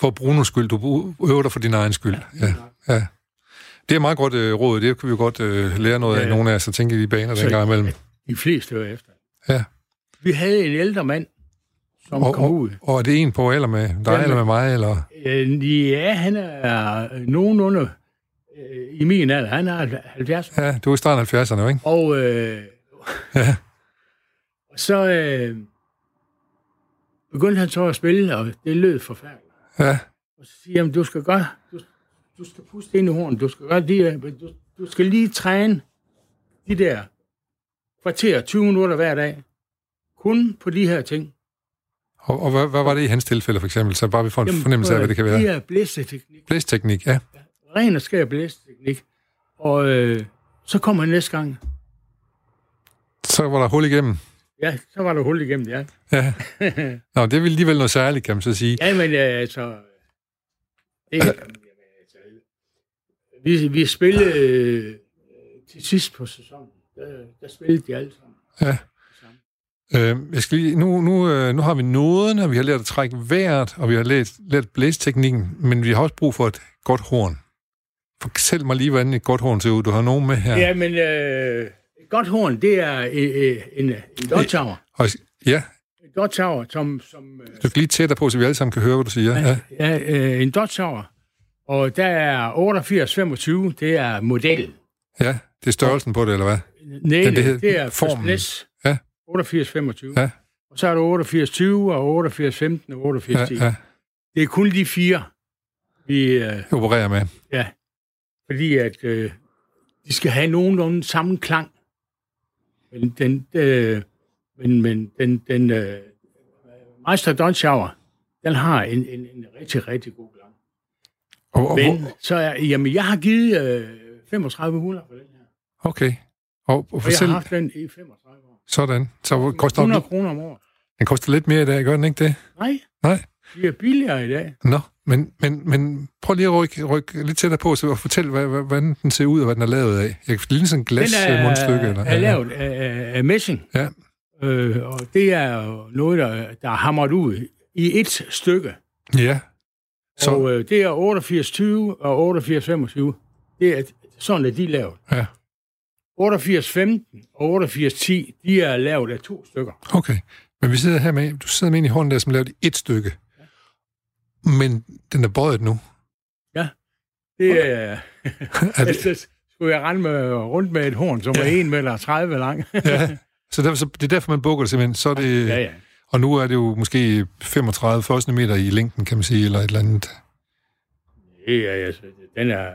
[SPEAKER 1] for Brunos skyld, du bu- øver dig for din egen skyld. Ja, ja. Det er meget godt øh, råd, det kan vi jo godt øh, lære noget af
[SPEAKER 3] Ja.
[SPEAKER 1] nogle af os, og tænke i de baner
[SPEAKER 3] Så-
[SPEAKER 1] den gang imellem.
[SPEAKER 3] De fleste hører efter.
[SPEAKER 1] Ja.
[SPEAKER 3] Vi havde en ældre mand, som
[SPEAKER 1] Og,
[SPEAKER 3] kom
[SPEAKER 1] og,
[SPEAKER 3] ud.
[SPEAKER 1] og er det en på alder med dig
[SPEAKER 3] Jamen.
[SPEAKER 1] eller med mig? Eller?
[SPEAKER 3] Øh, Ja, han er nogenlunde øh, i min alder. Han er 70.
[SPEAKER 1] Ja, du er i starten af 70'erne, ikke?
[SPEAKER 3] Og øh,
[SPEAKER 1] Ja.
[SPEAKER 3] og <laughs> så øh, begyndte han så at spille, og det lød forfærdeligt.
[SPEAKER 1] Ja,
[SPEAKER 3] Og så siger han, du skal gøre, du, du skal puste ind i hornet, du skal gøre det, her, men du, du skal lige træne de der kvarter, 20 minutter hver dag, kun på de her ting.
[SPEAKER 1] og, og hvad, hvad var det i hans tilfælde for eksempel? Så bare vi får en fornemmelse af, hvad det kan
[SPEAKER 3] De
[SPEAKER 1] være.
[SPEAKER 3] her blæsteteknik,
[SPEAKER 1] Blæsteknik, ja.
[SPEAKER 3] ren og skær blæsteteknik. Og øh, så kom han næste gang.
[SPEAKER 1] Så var der hul igennem.
[SPEAKER 3] Ja, så var der hul igennem, ja. <laughs>
[SPEAKER 1] Ja. Nå, det er vel alligevel noget særligt, kan man så sige.
[SPEAKER 3] Ja, men øh, altså... Det, jamen, altså vi, vi spillede øh, til sidst på sæsonen. Der, der spillede de alle sammen.
[SPEAKER 1] Ja. Øh, jeg skal lige, nu, nu, øh, nu har vi nåden, og vi har lært at trække vejret, og vi har lært, lært blæsteknikken, men vi har også brug for et godt horn. Fortæl mig lige, hvordan et godt horn ser ud. Du har nogen med her.
[SPEAKER 3] Ja, men øh, et godt horn, det er øh, øh, en, en dodtower.
[SPEAKER 1] Og, ja,
[SPEAKER 3] En dodtower, som... som øh,
[SPEAKER 1] du skal lige tættere på, så vi alle sammen kan høre, hvad du siger. Ja.
[SPEAKER 3] ja, øh, en dodtower. Og der er 8825, det er model.
[SPEAKER 1] ja, det er størrelsen på det, eller hvad?
[SPEAKER 3] Næle,
[SPEAKER 1] det
[SPEAKER 3] det,
[SPEAKER 1] hed-
[SPEAKER 3] det, det er
[SPEAKER 1] formen.
[SPEAKER 3] formen. Plads,
[SPEAKER 1] Ja.
[SPEAKER 3] 8825.
[SPEAKER 1] Ja.
[SPEAKER 3] Og så er der 8820 og 8815 og
[SPEAKER 1] Ja,
[SPEAKER 3] 8810.
[SPEAKER 1] ja.
[SPEAKER 3] Det er kun de fire, vi... Øh,
[SPEAKER 1] Jeg opererer med.
[SPEAKER 3] ja, fordi at øh, de skal have nogenlunde samme klang. Men den... Øh, men, men den... den øh, Meister Donschauer, den har en, en, en rigtig, rigtig god klang.
[SPEAKER 1] Og, og,
[SPEAKER 3] Men så er... Jamen, jeg har givet øh, 3500 for den her.
[SPEAKER 1] okay. Og, og
[SPEAKER 3] Og jeg
[SPEAKER 1] fortæl,
[SPEAKER 3] har haft den i 35 år.
[SPEAKER 1] sådan. Så hvor- koster den,
[SPEAKER 3] 100 kroner om året.
[SPEAKER 1] den koster lidt mere i dag, gør den ikke det?
[SPEAKER 3] Nej,
[SPEAKER 1] Nej?
[SPEAKER 3] de er billigere i dag.
[SPEAKER 1] Nå, men, men, men prøv lige at rykke, rykke lidt tættere på, så og fortæl, hvad, hvad, hvordan den ser ud, og hvad den er lavet af. Jeg kan ligne sådan øh, en
[SPEAKER 3] Den er,
[SPEAKER 1] glasmundstykke.
[SPEAKER 3] øh, er, er lavet af, af, af messing.
[SPEAKER 1] Ja,
[SPEAKER 3] Øh, og det er jo noget, der, der er hamret ud i et stykke.
[SPEAKER 1] ja. Så,
[SPEAKER 3] Så... Og øh, det er 88-20 og 88-25. Det er sådan, at de er lavet.
[SPEAKER 1] ja,
[SPEAKER 3] 88-15 og 88-10, de er lavet af to stykker.
[SPEAKER 1] okay. Men vi sidder her med, du sidder med en i hånden der, som er lavet i et stykke. Men den er bøjet nu. <laughs>
[SPEAKER 3] Det er...
[SPEAKER 1] Er det,
[SPEAKER 3] Altså, skulle <laughs> jeg rende med, rundt med et horn, som er 1 meter 30 lang?
[SPEAKER 1] ja. Så, derfor, så det er derfor, man bukker det simpelthen. Så er det,
[SPEAKER 3] <laughs> ja, ja.
[SPEAKER 1] Og nu er det jo måske 35-40 meter i længden, kan man sige, eller et eller andet.
[SPEAKER 3] Det er, altså, den er...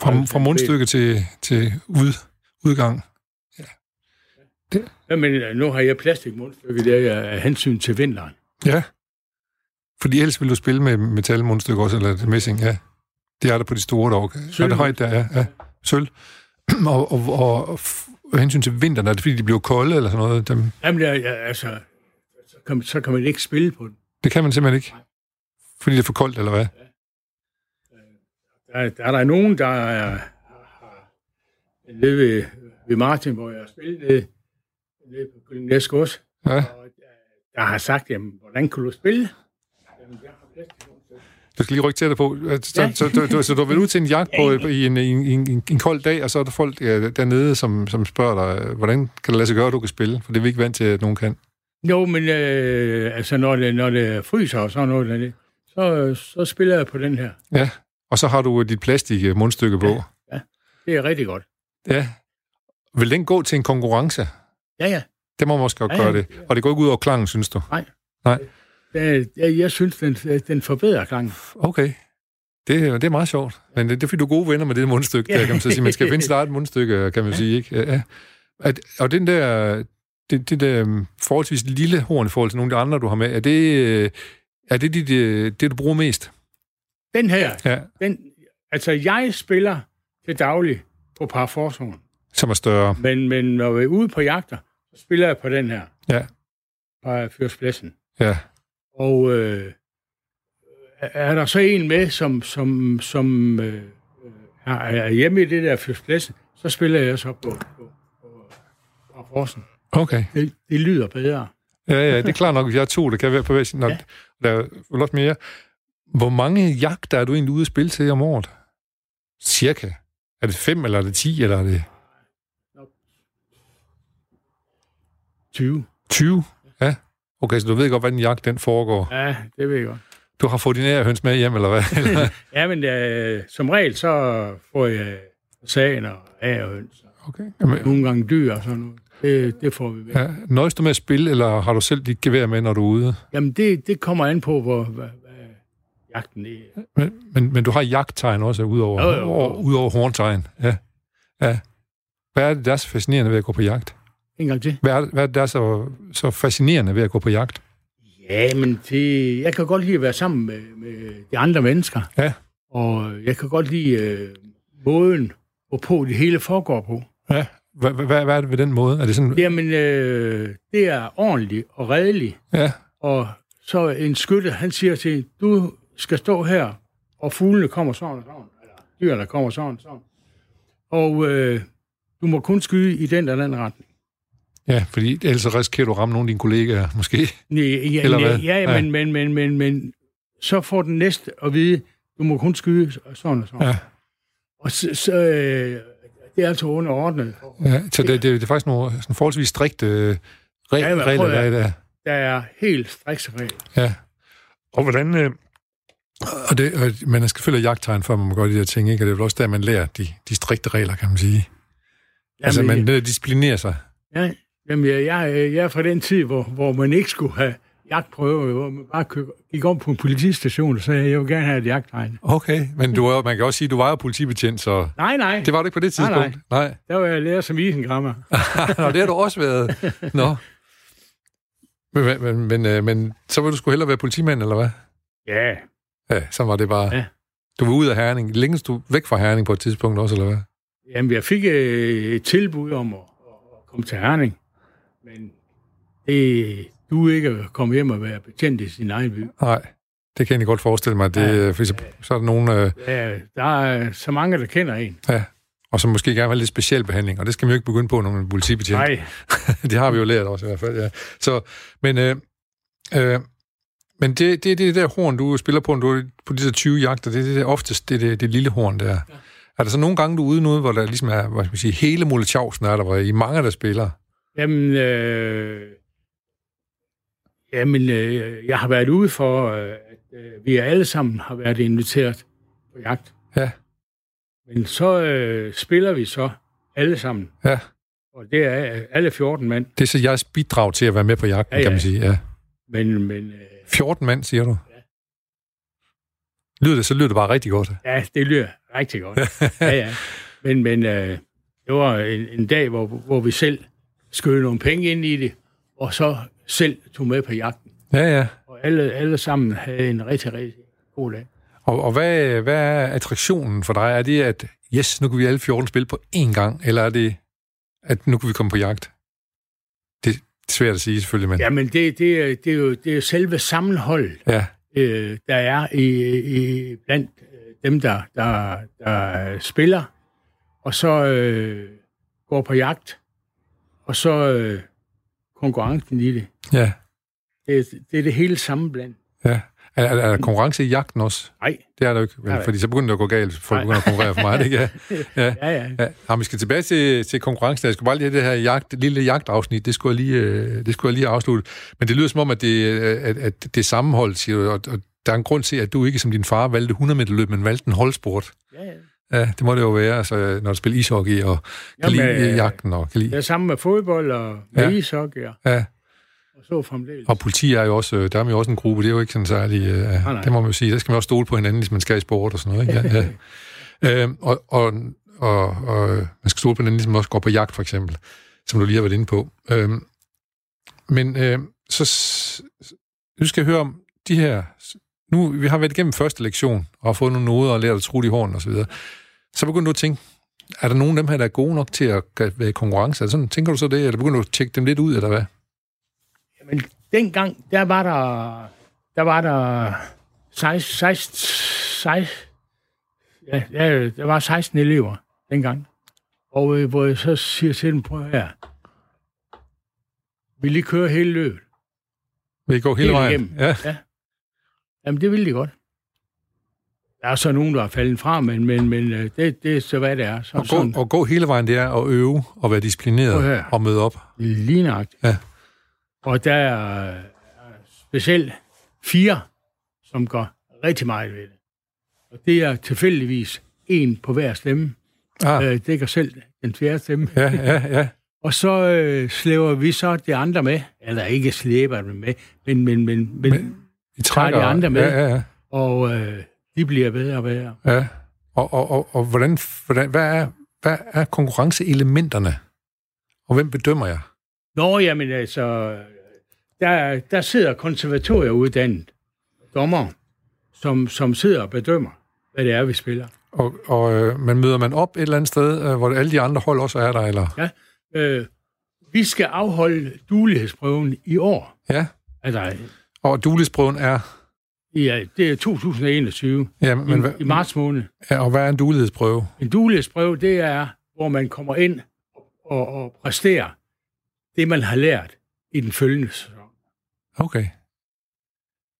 [SPEAKER 1] Fra,
[SPEAKER 3] Hold
[SPEAKER 1] fra
[SPEAKER 3] da
[SPEAKER 1] mundstykke til, til ud, udgang.
[SPEAKER 3] Jamen, øh, nu har jeg plastikmundstykke der er øh, af hensyn til vinteren.
[SPEAKER 1] Ja. Fordi ellers vil du spille med metalmundstykke også, eller et messing, ja. Det er der på de store dog. Er det højt der, ja. ja. Sølv. <clears throat> og, og, og, og f- hensyn til vinteren, er det fordi, de bliver kolde eller sådan noget? Dem,
[SPEAKER 3] Jamen, ja, ja, altså, så kan, så kan man ikke spille på den.
[SPEAKER 1] det kan man simpelthen ikke. Fordi det er for koldt, eller hvad?
[SPEAKER 3] Der, der er der nogen, der er, har nede ved, ved Martin, hvor jeg har spillet nede, nede på Gyldenæs Gods,
[SPEAKER 1] Ja.
[SPEAKER 3] og der, der har sagt, jamen, hvordan kunne du spille? Jamen, jeg har plads til nogen.
[SPEAKER 1] Du skal lige rykke tættere på. Så, ja. så, du, du, så du har været ude til en jagt på, i, en, i, en, i en, en kold dag, og så er der folk ja, dernede, som, som spørger dig, hvordan kan det lade sig gøre, at du kan spille? For det er vi ikke vant til, at nogen kan.
[SPEAKER 3] Jo, men øh, altså, når det, når det fryser og sådan noget, dernede, så, så spiller jeg på den her.
[SPEAKER 1] Ja, og så har du dit plastik øh, mundstykke på. Ja.
[SPEAKER 3] Det er rigtig godt.
[SPEAKER 1] ja. Vil den gå til en konkurrence?
[SPEAKER 3] Ja, ja.
[SPEAKER 1] Det må man også godt
[SPEAKER 3] Ja,
[SPEAKER 1] gøre
[SPEAKER 3] ja.
[SPEAKER 1] det. Og det går ikke ud over klangen, synes du?
[SPEAKER 3] Den, jeg, jeg synes, den, den forbedrer klangen.
[SPEAKER 1] Okay. Det, er- det er meget sjovt. Men det, det er, fordi du er gode venner med det mundstykke, der, kan man så sige. Man skal finde sit eget mundstykke, øh, kan man sige, ikke? Ja, Ja. At, og den der, det, det der øhm, forholdsvis lille horn i forhold til nogle af de andre, du har med, er det, øh, er det dit, øh, det, du bruger mest?
[SPEAKER 3] Den her,
[SPEAKER 1] Ja.
[SPEAKER 3] den, altså jeg spiller til daglig på parforsorgen,
[SPEAKER 1] Som er større.
[SPEAKER 3] men, men når vi er ude på jagter, så spiller jeg på den her,
[SPEAKER 1] Ja.
[SPEAKER 3] parfyrspladsen.
[SPEAKER 1] Ja.
[SPEAKER 3] Og øh, er der så en med, som, som, som øh, er, er hjemme i det der fyrspladsen, så spiller jeg så på, på, på, på forsen.
[SPEAKER 1] Okay.
[SPEAKER 3] Det, det lyder bedre.
[SPEAKER 1] Ja, ja, det er klart nok, hvis jeg er to, der kan være på hver sin. Ja.
[SPEAKER 3] Ja.
[SPEAKER 1] Der er vel også mere. Hvor mange jagter er du egentlig ude at spille til om året? Cirka. Er det fem, eller er det ti, eller er det
[SPEAKER 3] 20.
[SPEAKER 1] 20? Ja. Okay, så du ved godt, hvordan en jagt den foregår.
[SPEAKER 3] Ja, det ved jeg godt.
[SPEAKER 1] Du har fået din ærehøns med hjem, eller hvad?
[SPEAKER 3] <laughs>
[SPEAKER 1] Eller-
[SPEAKER 3] Ja, men øh, som regel, så får jeg sagen og ærehøns.
[SPEAKER 1] okay. Jamen,
[SPEAKER 3] Nogle gange dyr og sådan noget. Det, det får vi med. Ja.
[SPEAKER 1] ja. Nøjes du med at spille, eller har du selv dit gevær med, når du er ude?
[SPEAKER 3] Jamen, det, det kommer an på, hvor, hvad, hvad jagten er.
[SPEAKER 1] Men, men, men du har jagttegn også, udover,
[SPEAKER 3] Jo, jo, jo.
[SPEAKER 1] over- udover horntegn. Ja. ja. Hvad er det, der er så fascinerende ved at gå på jagt?
[SPEAKER 3] En gang til.
[SPEAKER 1] Hvad er, hvad er det, der er så, så fascinerende ved at gå på jagt?
[SPEAKER 3] Ja, men det, jeg kan godt lide at være sammen med, med de andre mennesker.
[SPEAKER 1] Ja.
[SPEAKER 3] Og jeg kan godt lide øh, måden, hvorpå det hele foregår på.
[SPEAKER 1] Ja. Hvad, hvad, hvad er det ved den måde? Er det sådan...
[SPEAKER 3] Jamen, øh, det er ordentligt og redeligt.
[SPEAKER 1] Ja.
[SPEAKER 3] Og så en skytte, han siger til, du skal stå her, og fuglene kommer sådan og sådan, eller dyrene kommer sådan og sådan. Og øh, du må kun skyde i den eller den retning.
[SPEAKER 1] ja, fordi ellers så risikerer du at ramme nogle af dine kollegaer, måske.
[SPEAKER 3] Nej, ja,
[SPEAKER 1] Eller
[SPEAKER 3] ja,
[SPEAKER 1] hvad?
[SPEAKER 3] ja,
[SPEAKER 1] Ja.
[SPEAKER 3] men, men, men, men, men, så får den næste at vide, du må kun skyde sådan og sådan.
[SPEAKER 1] Ja.
[SPEAKER 3] Og så, så øh, det er altså underordnet.
[SPEAKER 1] Ja, så det, det, det er faktisk nogle sådan forholdsvis strikte øh, re-
[SPEAKER 3] Ja, men
[SPEAKER 1] regler,
[SPEAKER 3] prøv
[SPEAKER 1] der
[SPEAKER 3] at-
[SPEAKER 1] er der.
[SPEAKER 3] Der er helt strikse regler.
[SPEAKER 1] Ja. Og hvordan... Øh, og det, og man skal følge jagttegn, før man må gøre de der ting, ikke? Og det er vel også der, man lærer de, de strikte regler, kan man sige. Jamen, altså, man ja. disciplinerer sig.
[SPEAKER 3] Ja, jamen, jeg, jeg, øh, jeg er fra den tid, hvor, hvor man ikke skulle have jagtprøver, hvor man bare kø- gik om på en politistation og sagde, jeg vil gerne have et jagttegn.
[SPEAKER 1] Okay. Men du, er- man kan også sige, at du var jo politibetjent, så...
[SPEAKER 3] Nej, nej,
[SPEAKER 1] Det var du ikke på det
[SPEAKER 3] Nej, nej.
[SPEAKER 1] tidspunkt? Nej. <laughs> nej.
[SPEAKER 3] der var jeg lærer som isengrammer.
[SPEAKER 1] Nå, det har du også været.
[SPEAKER 3] <laughs>
[SPEAKER 1] Nå. Men, men, men, men, øh, men så vil du sgu hellere være politimand, eller hvad?
[SPEAKER 3] Ja,
[SPEAKER 1] Ja, så var det bare... Ja.
[SPEAKER 3] Ja.
[SPEAKER 1] Du var ud af Herning. Længes du væk fra Herning på et tidspunkt også, eller hvad?
[SPEAKER 3] jamen jeg fik øh, et tilbud om at, at komme til Herning, men det du ikke at komme hjem og være betjent i sin egen by.
[SPEAKER 1] Nej, det kan jeg egentlig godt forestille mig. Det, ja. fordi så, så er der nogen, øh,
[SPEAKER 3] Ja, der er så mange, der kender en.
[SPEAKER 1] ja, og som måske gerne vil have lidt speciel behandling, og det skal man jo ikke begynde på, når man er politibetjent.
[SPEAKER 3] Nej,
[SPEAKER 1] <laughs> det har vi jo lært også i hvert fald, ja. Så, men øh, øh, men det, det, det der horn, du spiller på, når du er på de der 20 jagter, det er det der oftest det, det, det lille horn der. Ja. Er der så nogle gange, du er ude nu, hvor der ligesom er, hvad skal man sige, hele Molotjavsen er der, hvor I er mange, der spiller?
[SPEAKER 3] Jamen, øh, jamen øh, jeg har været ude for, øh, at øh, vi alle sammen har været inviteret på jagt.
[SPEAKER 1] Ja.
[SPEAKER 3] Men så øh, spiller vi så alle sammen,
[SPEAKER 1] Ja,
[SPEAKER 3] og det er øh, alle 14 mand.
[SPEAKER 1] det er så jeres bidrag til at være med på jagten,
[SPEAKER 3] Ja, ja.
[SPEAKER 1] kan man sige, ja.
[SPEAKER 3] Men, men øh,
[SPEAKER 1] 14 mand, siger du? Ja. Lyder det, så lyder det bare rigtig godt.
[SPEAKER 3] ja, det lyder rigtig godt. ja, ja. Men, men øh, det var en, en dag, hvor, hvor vi selv skød nogle penge ind i det, og så selv tog med på jagten.
[SPEAKER 1] Ja, ja.
[SPEAKER 3] Og alle, alle sammen havde en rigtig, rigtig god dag.
[SPEAKER 1] Og, og hvad, hvad er attraktionen for dig? Er det, at yes, nu kan vi alle 14 spille på én gang, eller er det, at nu kan vi komme på jagt? Det er svært at sige selvfølgelig, men...
[SPEAKER 3] Jamen, det, det, er- det, er, jo, det er selve sammenhold,
[SPEAKER 1] ja.
[SPEAKER 3] øh, der er i, i, blandt øh, dem, der, der, der spiller, og så øh, går på jagt, og så øh, konkurrencen i det.
[SPEAKER 1] ja.
[SPEAKER 3] det. Det er det hele samme blandt.
[SPEAKER 1] Ja. Er, er, er der konkurrence i jagten også?
[SPEAKER 3] Nej.
[SPEAKER 1] Det er der jo ikke, vel?
[SPEAKER 3] Nej.
[SPEAKER 1] fordi så begynder det at gå galt. Folk begynder at konkurrere for
[SPEAKER 3] <laughs>
[SPEAKER 1] meget, ikke? Ja. Ja.
[SPEAKER 3] Ja, ja.
[SPEAKER 1] Ja, Nå, vi skal tilbage til, til konkurrencen. Jeg skulle bare lige have det her jagt, lille jagtafsnit, det skulle, jeg lige, øh, det skulle jeg lige afslutte. Men det lyder som om, at det, øh, at, at det er sammenhold, siger du, og, og der er en grund til, at du ikke som din far valgte 100 meter løb, men valgte en holdsport.
[SPEAKER 3] ja, ja.
[SPEAKER 1] Ja, det må det jo være, altså, når du spiller ishockey og kan
[SPEAKER 3] Jamen,
[SPEAKER 1] lide
[SPEAKER 3] øh,
[SPEAKER 1] jagten og kan lide...
[SPEAKER 3] Jeg er sammen med fodbold og med
[SPEAKER 1] Ja.
[SPEAKER 3] ja. ishockey og,
[SPEAKER 1] Ja,
[SPEAKER 3] og så fremdeles.
[SPEAKER 1] og politi er jo også, øh, der er man jo også en gruppe, det er jo ikke sådan særlig, øh,
[SPEAKER 3] nej.
[SPEAKER 1] det må man jo sige, der skal man også stole på hinanden, hvis man skal i sport og sådan noget, ikke? Ja,
[SPEAKER 3] <laughs>
[SPEAKER 1] ja. Øhm, og, og, og, og øh, man skal stole på hinanden, ligesom man også går på jagt, for eksempel, som du lige har været inde på. Øhm, men øh, så, s- s- nu skal jeg høre om de her, nu, vi har været igennem første lektion, og fået nogle noder og lært at tro i hånden og så videre. Så begynder du at tænke, er der nogen af dem her, der er gode nok til at gøre- være i konkurrence? Er det sådan, tænker du så det, eller begynder du at tjekke dem lidt ud, eller hvad?
[SPEAKER 3] Men dengang, der var der, der var der 16, 16, 16 ja, ja, der var 16 elever dengang. Og øh, hvor jeg så siger til dem, prøv her, vil I køre hele løbet?
[SPEAKER 1] Vil I gå hele
[SPEAKER 3] Helt
[SPEAKER 1] vejen?
[SPEAKER 3] igennem.
[SPEAKER 1] Ja.
[SPEAKER 3] Ja. Jamen, det ville de godt. Der er så nogen, der er faldet fra, men, men, men øh, det, det er så, hvad det er. Så,
[SPEAKER 1] Og gå, og gå hele vejen, det er at øve og være
[SPEAKER 3] Prøv
[SPEAKER 1] disciplineret
[SPEAKER 3] her.
[SPEAKER 1] og møde op.
[SPEAKER 3] Lige nøjagtigt.
[SPEAKER 1] Ja.
[SPEAKER 3] Og der er øh, specielt fire, som går rigtig meget ved det. Og det er tilfældigvis en på hver stemme.
[SPEAKER 1] Ah,
[SPEAKER 3] Øh, det gør selv den fjerde stemme.
[SPEAKER 1] ja, ja, ja.
[SPEAKER 3] Og så øh, slæver vi så de andre med. Eller ikke slæber dem med, men, men, men, men, men.
[SPEAKER 1] I
[SPEAKER 3] de andre med.
[SPEAKER 1] Ja, ja,
[SPEAKER 3] Og øh, de bliver bedre og bedre.
[SPEAKER 1] ja. ja. Og, og, og, og hvordan, hvordan, hvad, er, hvad er konkurrenceelementerne? Og hvem bedømmer jeg?
[SPEAKER 3] Nå, jamen altså, der, der sidder konservatorieuddannet dommer, som, som sidder og bedømmer, hvad det er, vi spiller.
[SPEAKER 1] Og, og øh, man møder man op et eller andet sted, øh, hvor alle de andre hold også er der, eller?
[SPEAKER 3] Ja. Øh, vi skal afholde duelighedsprøven i år.
[SPEAKER 1] Ja.
[SPEAKER 3] Altså,
[SPEAKER 1] Og duelisprøven er...
[SPEAKER 3] ja, det er 2021
[SPEAKER 1] Ja, men,
[SPEAKER 3] Men,
[SPEAKER 1] hvad-
[SPEAKER 3] i, i marts måned.
[SPEAKER 1] ja, og hvad er en duelighedsprøve?
[SPEAKER 3] En duelighedsprøve, det er, hvor man kommer ind og, og præsterer det, man har lært i den følgende sæson.
[SPEAKER 1] Okay.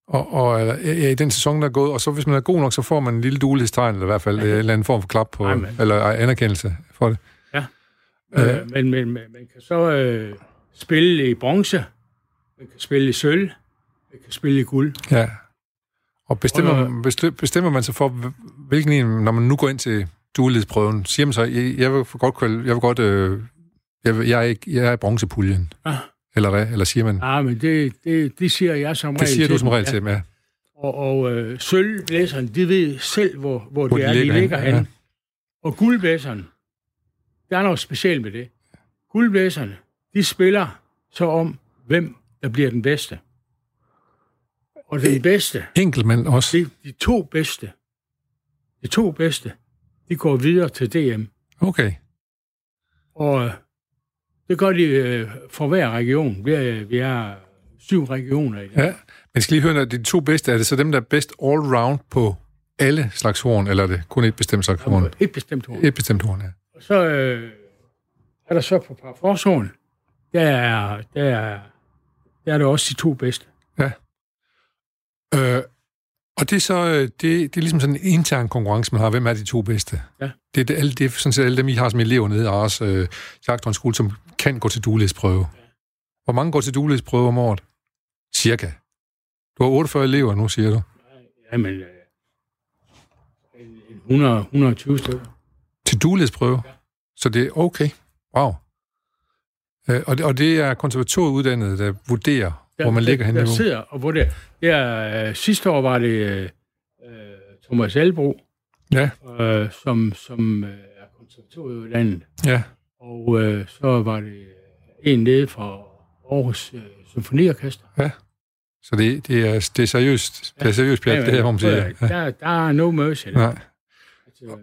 [SPEAKER 1] Og, og eller, ja, ja, i den sæson, der er gået, og så hvis man er god nok, så får man en lille duelighedstegn, eller i hvert fald øh, en eller anden form for klap på,
[SPEAKER 3] Nej, men-
[SPEAKER 1] eller ej, anerkendelse for det. Ja.
[SPEAKER 3] Øh, men, men, men man kan så øh, spille i bronze, man kan spille i sølv, man kan spille i guld.
[SPEAKER 1] Ja. Og
[SPEAKER 3] Og
[SPEAKER 1] bestemmer,
[SPEAKER 3] når-
[SPEAKER 1] bestem- bestemmer man sig for, hv- hvilken en, når man nu går ind til duelighedsprøven, siger man så, jeg, jeg vil godt, kval- jeg vil godt øh, jeg, vil- jeg, er ikke, jeg er i bronzepuljen.
[SPEAKER 3] Ah.
[SPEAKER 1] Eller hvad? Eller siger man,
[SPEAKER 3] Ah, men det, det, det siger jeg som regel
[SPEAKER 1] det siger
[SPEAKER 3] til
[SPEAKER 1] du som
[SPEAKER 3] dem,
[SPEAKER 1] regel
[SPEAKER 3] ja.
[SPEAKER 1] til dem, ja.
[SPEAKER 3] Og, og øh, sølvblæseren, de ved selv, hvor, hvor,
[SPEAKER 1] Hvor
[SPEAKER 3] det
[SPEAKER 1] de
[SPEAKER 3] er,
[SPEAKER 1] ligger
[SPEAKER 3] de ligger
[SPEAKER 1] henne,
[SPEAKER 3] henne. Og guldblæseren, der er noget specielt med det. Guldblæserne, de spiller så om, hvem der bliver den bedste. Og den bedste,
[SPEAKER 1] Enkeltmænd også.
[SPEAKER 3] de, de to bedste, de to bedste, de går videre til DM.
[SPEAKER 1] Okay.
[SPEAKER 3] Og øh, det gør de øh, for hver region. Vi er, vi er syv regioner i det.
[SPEAKER 1] Ja. Men jeg skal lige høre, når de to bedste, er det så dem, der er bedst all round på alle slags horn, eller er det kun et bestemt slags horn?
[SPEAKER 3] Et bestemt ord.
[SPEAKER 1] Et bestemt horn, ja.
[SPEAKER 3] Og så øh, er der så på parforsolen, der er, der, er, der er der også de to bedste.
[SPEAKER 1] Øh, og det er så, øh, det, det er ligesom sådan en intern konkurrence, man har. Hvem er de to bedste?
[SPEAKER 3] Ja.
[SPEAKER 1] Det, er det, alle, det er sådan set alle dem, I har som elever nede i Ars øh, Jagthorns skole, som kan gå til duelæsprøve. Ja. Hvor mange går til duelæsprøve om året? Cirka. Du har 48 elever nu, siger du.
[SPEAKER 3] Jamen, øh, en- en 100, 120 stykker.
[SPEAKER 1] Til duelæsprøve? Ja. Så det er okay. Wow. Øh, og, det, og det er konservatorieuddannede, der vurderer,
[SPEAKER 3] Der,
[SPEAKER 1] hvor man ligger
[SPEAKER 3] der,
[SPEAKER 1] henne.
[SPEAKER 3] der
[SPEAKER 1] nu.
[SPEAKER 3] sidder og hvor det er. Øh, sidste år var det øh, øh, Thomas Albro,
[SPEAKER 1] Ja,
[SPEAKER 3] øh, som, som øh, er konservatorieuddannet.
[SPEAKER 1] ja.
[SPEAKER 3] Og øh, så var det øh, en nede fra Aarhus øh, Symfoniorkester.
[SPEAKER 1] Så det, det, er, det er seriøst. Det er seriøst, Pjat, det her, hvor man
[SPEAKER 3] prøv at
[SPEAKER 1] siger.
[SPEAKER 3] høre,
[SPEAKER 1] Ja.
[SPEAKER 3] Der, der er no mercy. der.
[SPEAKER 1] Nej.
[SPEAKER 3] Altså,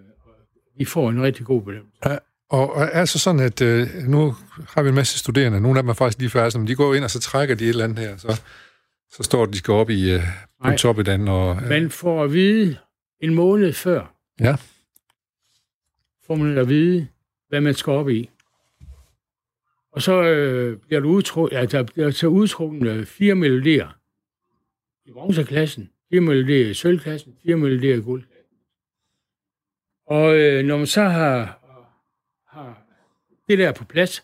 [SPEAKER 3] vi får en rigtig god bedømmelse.
[SPEAKER 1] Og og er så sådan, at øh, nu har vi en masse studerende, nogle af dem er faktisk lige færdige, men de går ind, og så trækker de et eller andet her, så, så står de, de skal op i, øh, på
[SPEAKER 3] Nej.
[SPEAKER 1] top i den, og øh,
[SPEAKER 3] Man får at vide en måned før,
[SPEAKER 1] ja,
[SPEAKER 3] får man at vide, hvad man skal op i. Og så øh, bliver du udtru- ja, der bliver så udtrukket øh, fire melodier i bronzeklassen, 4 mølle, det er sølvklassen, 4 mølle, det er guld. Og øh, når man så har, har det der på plads,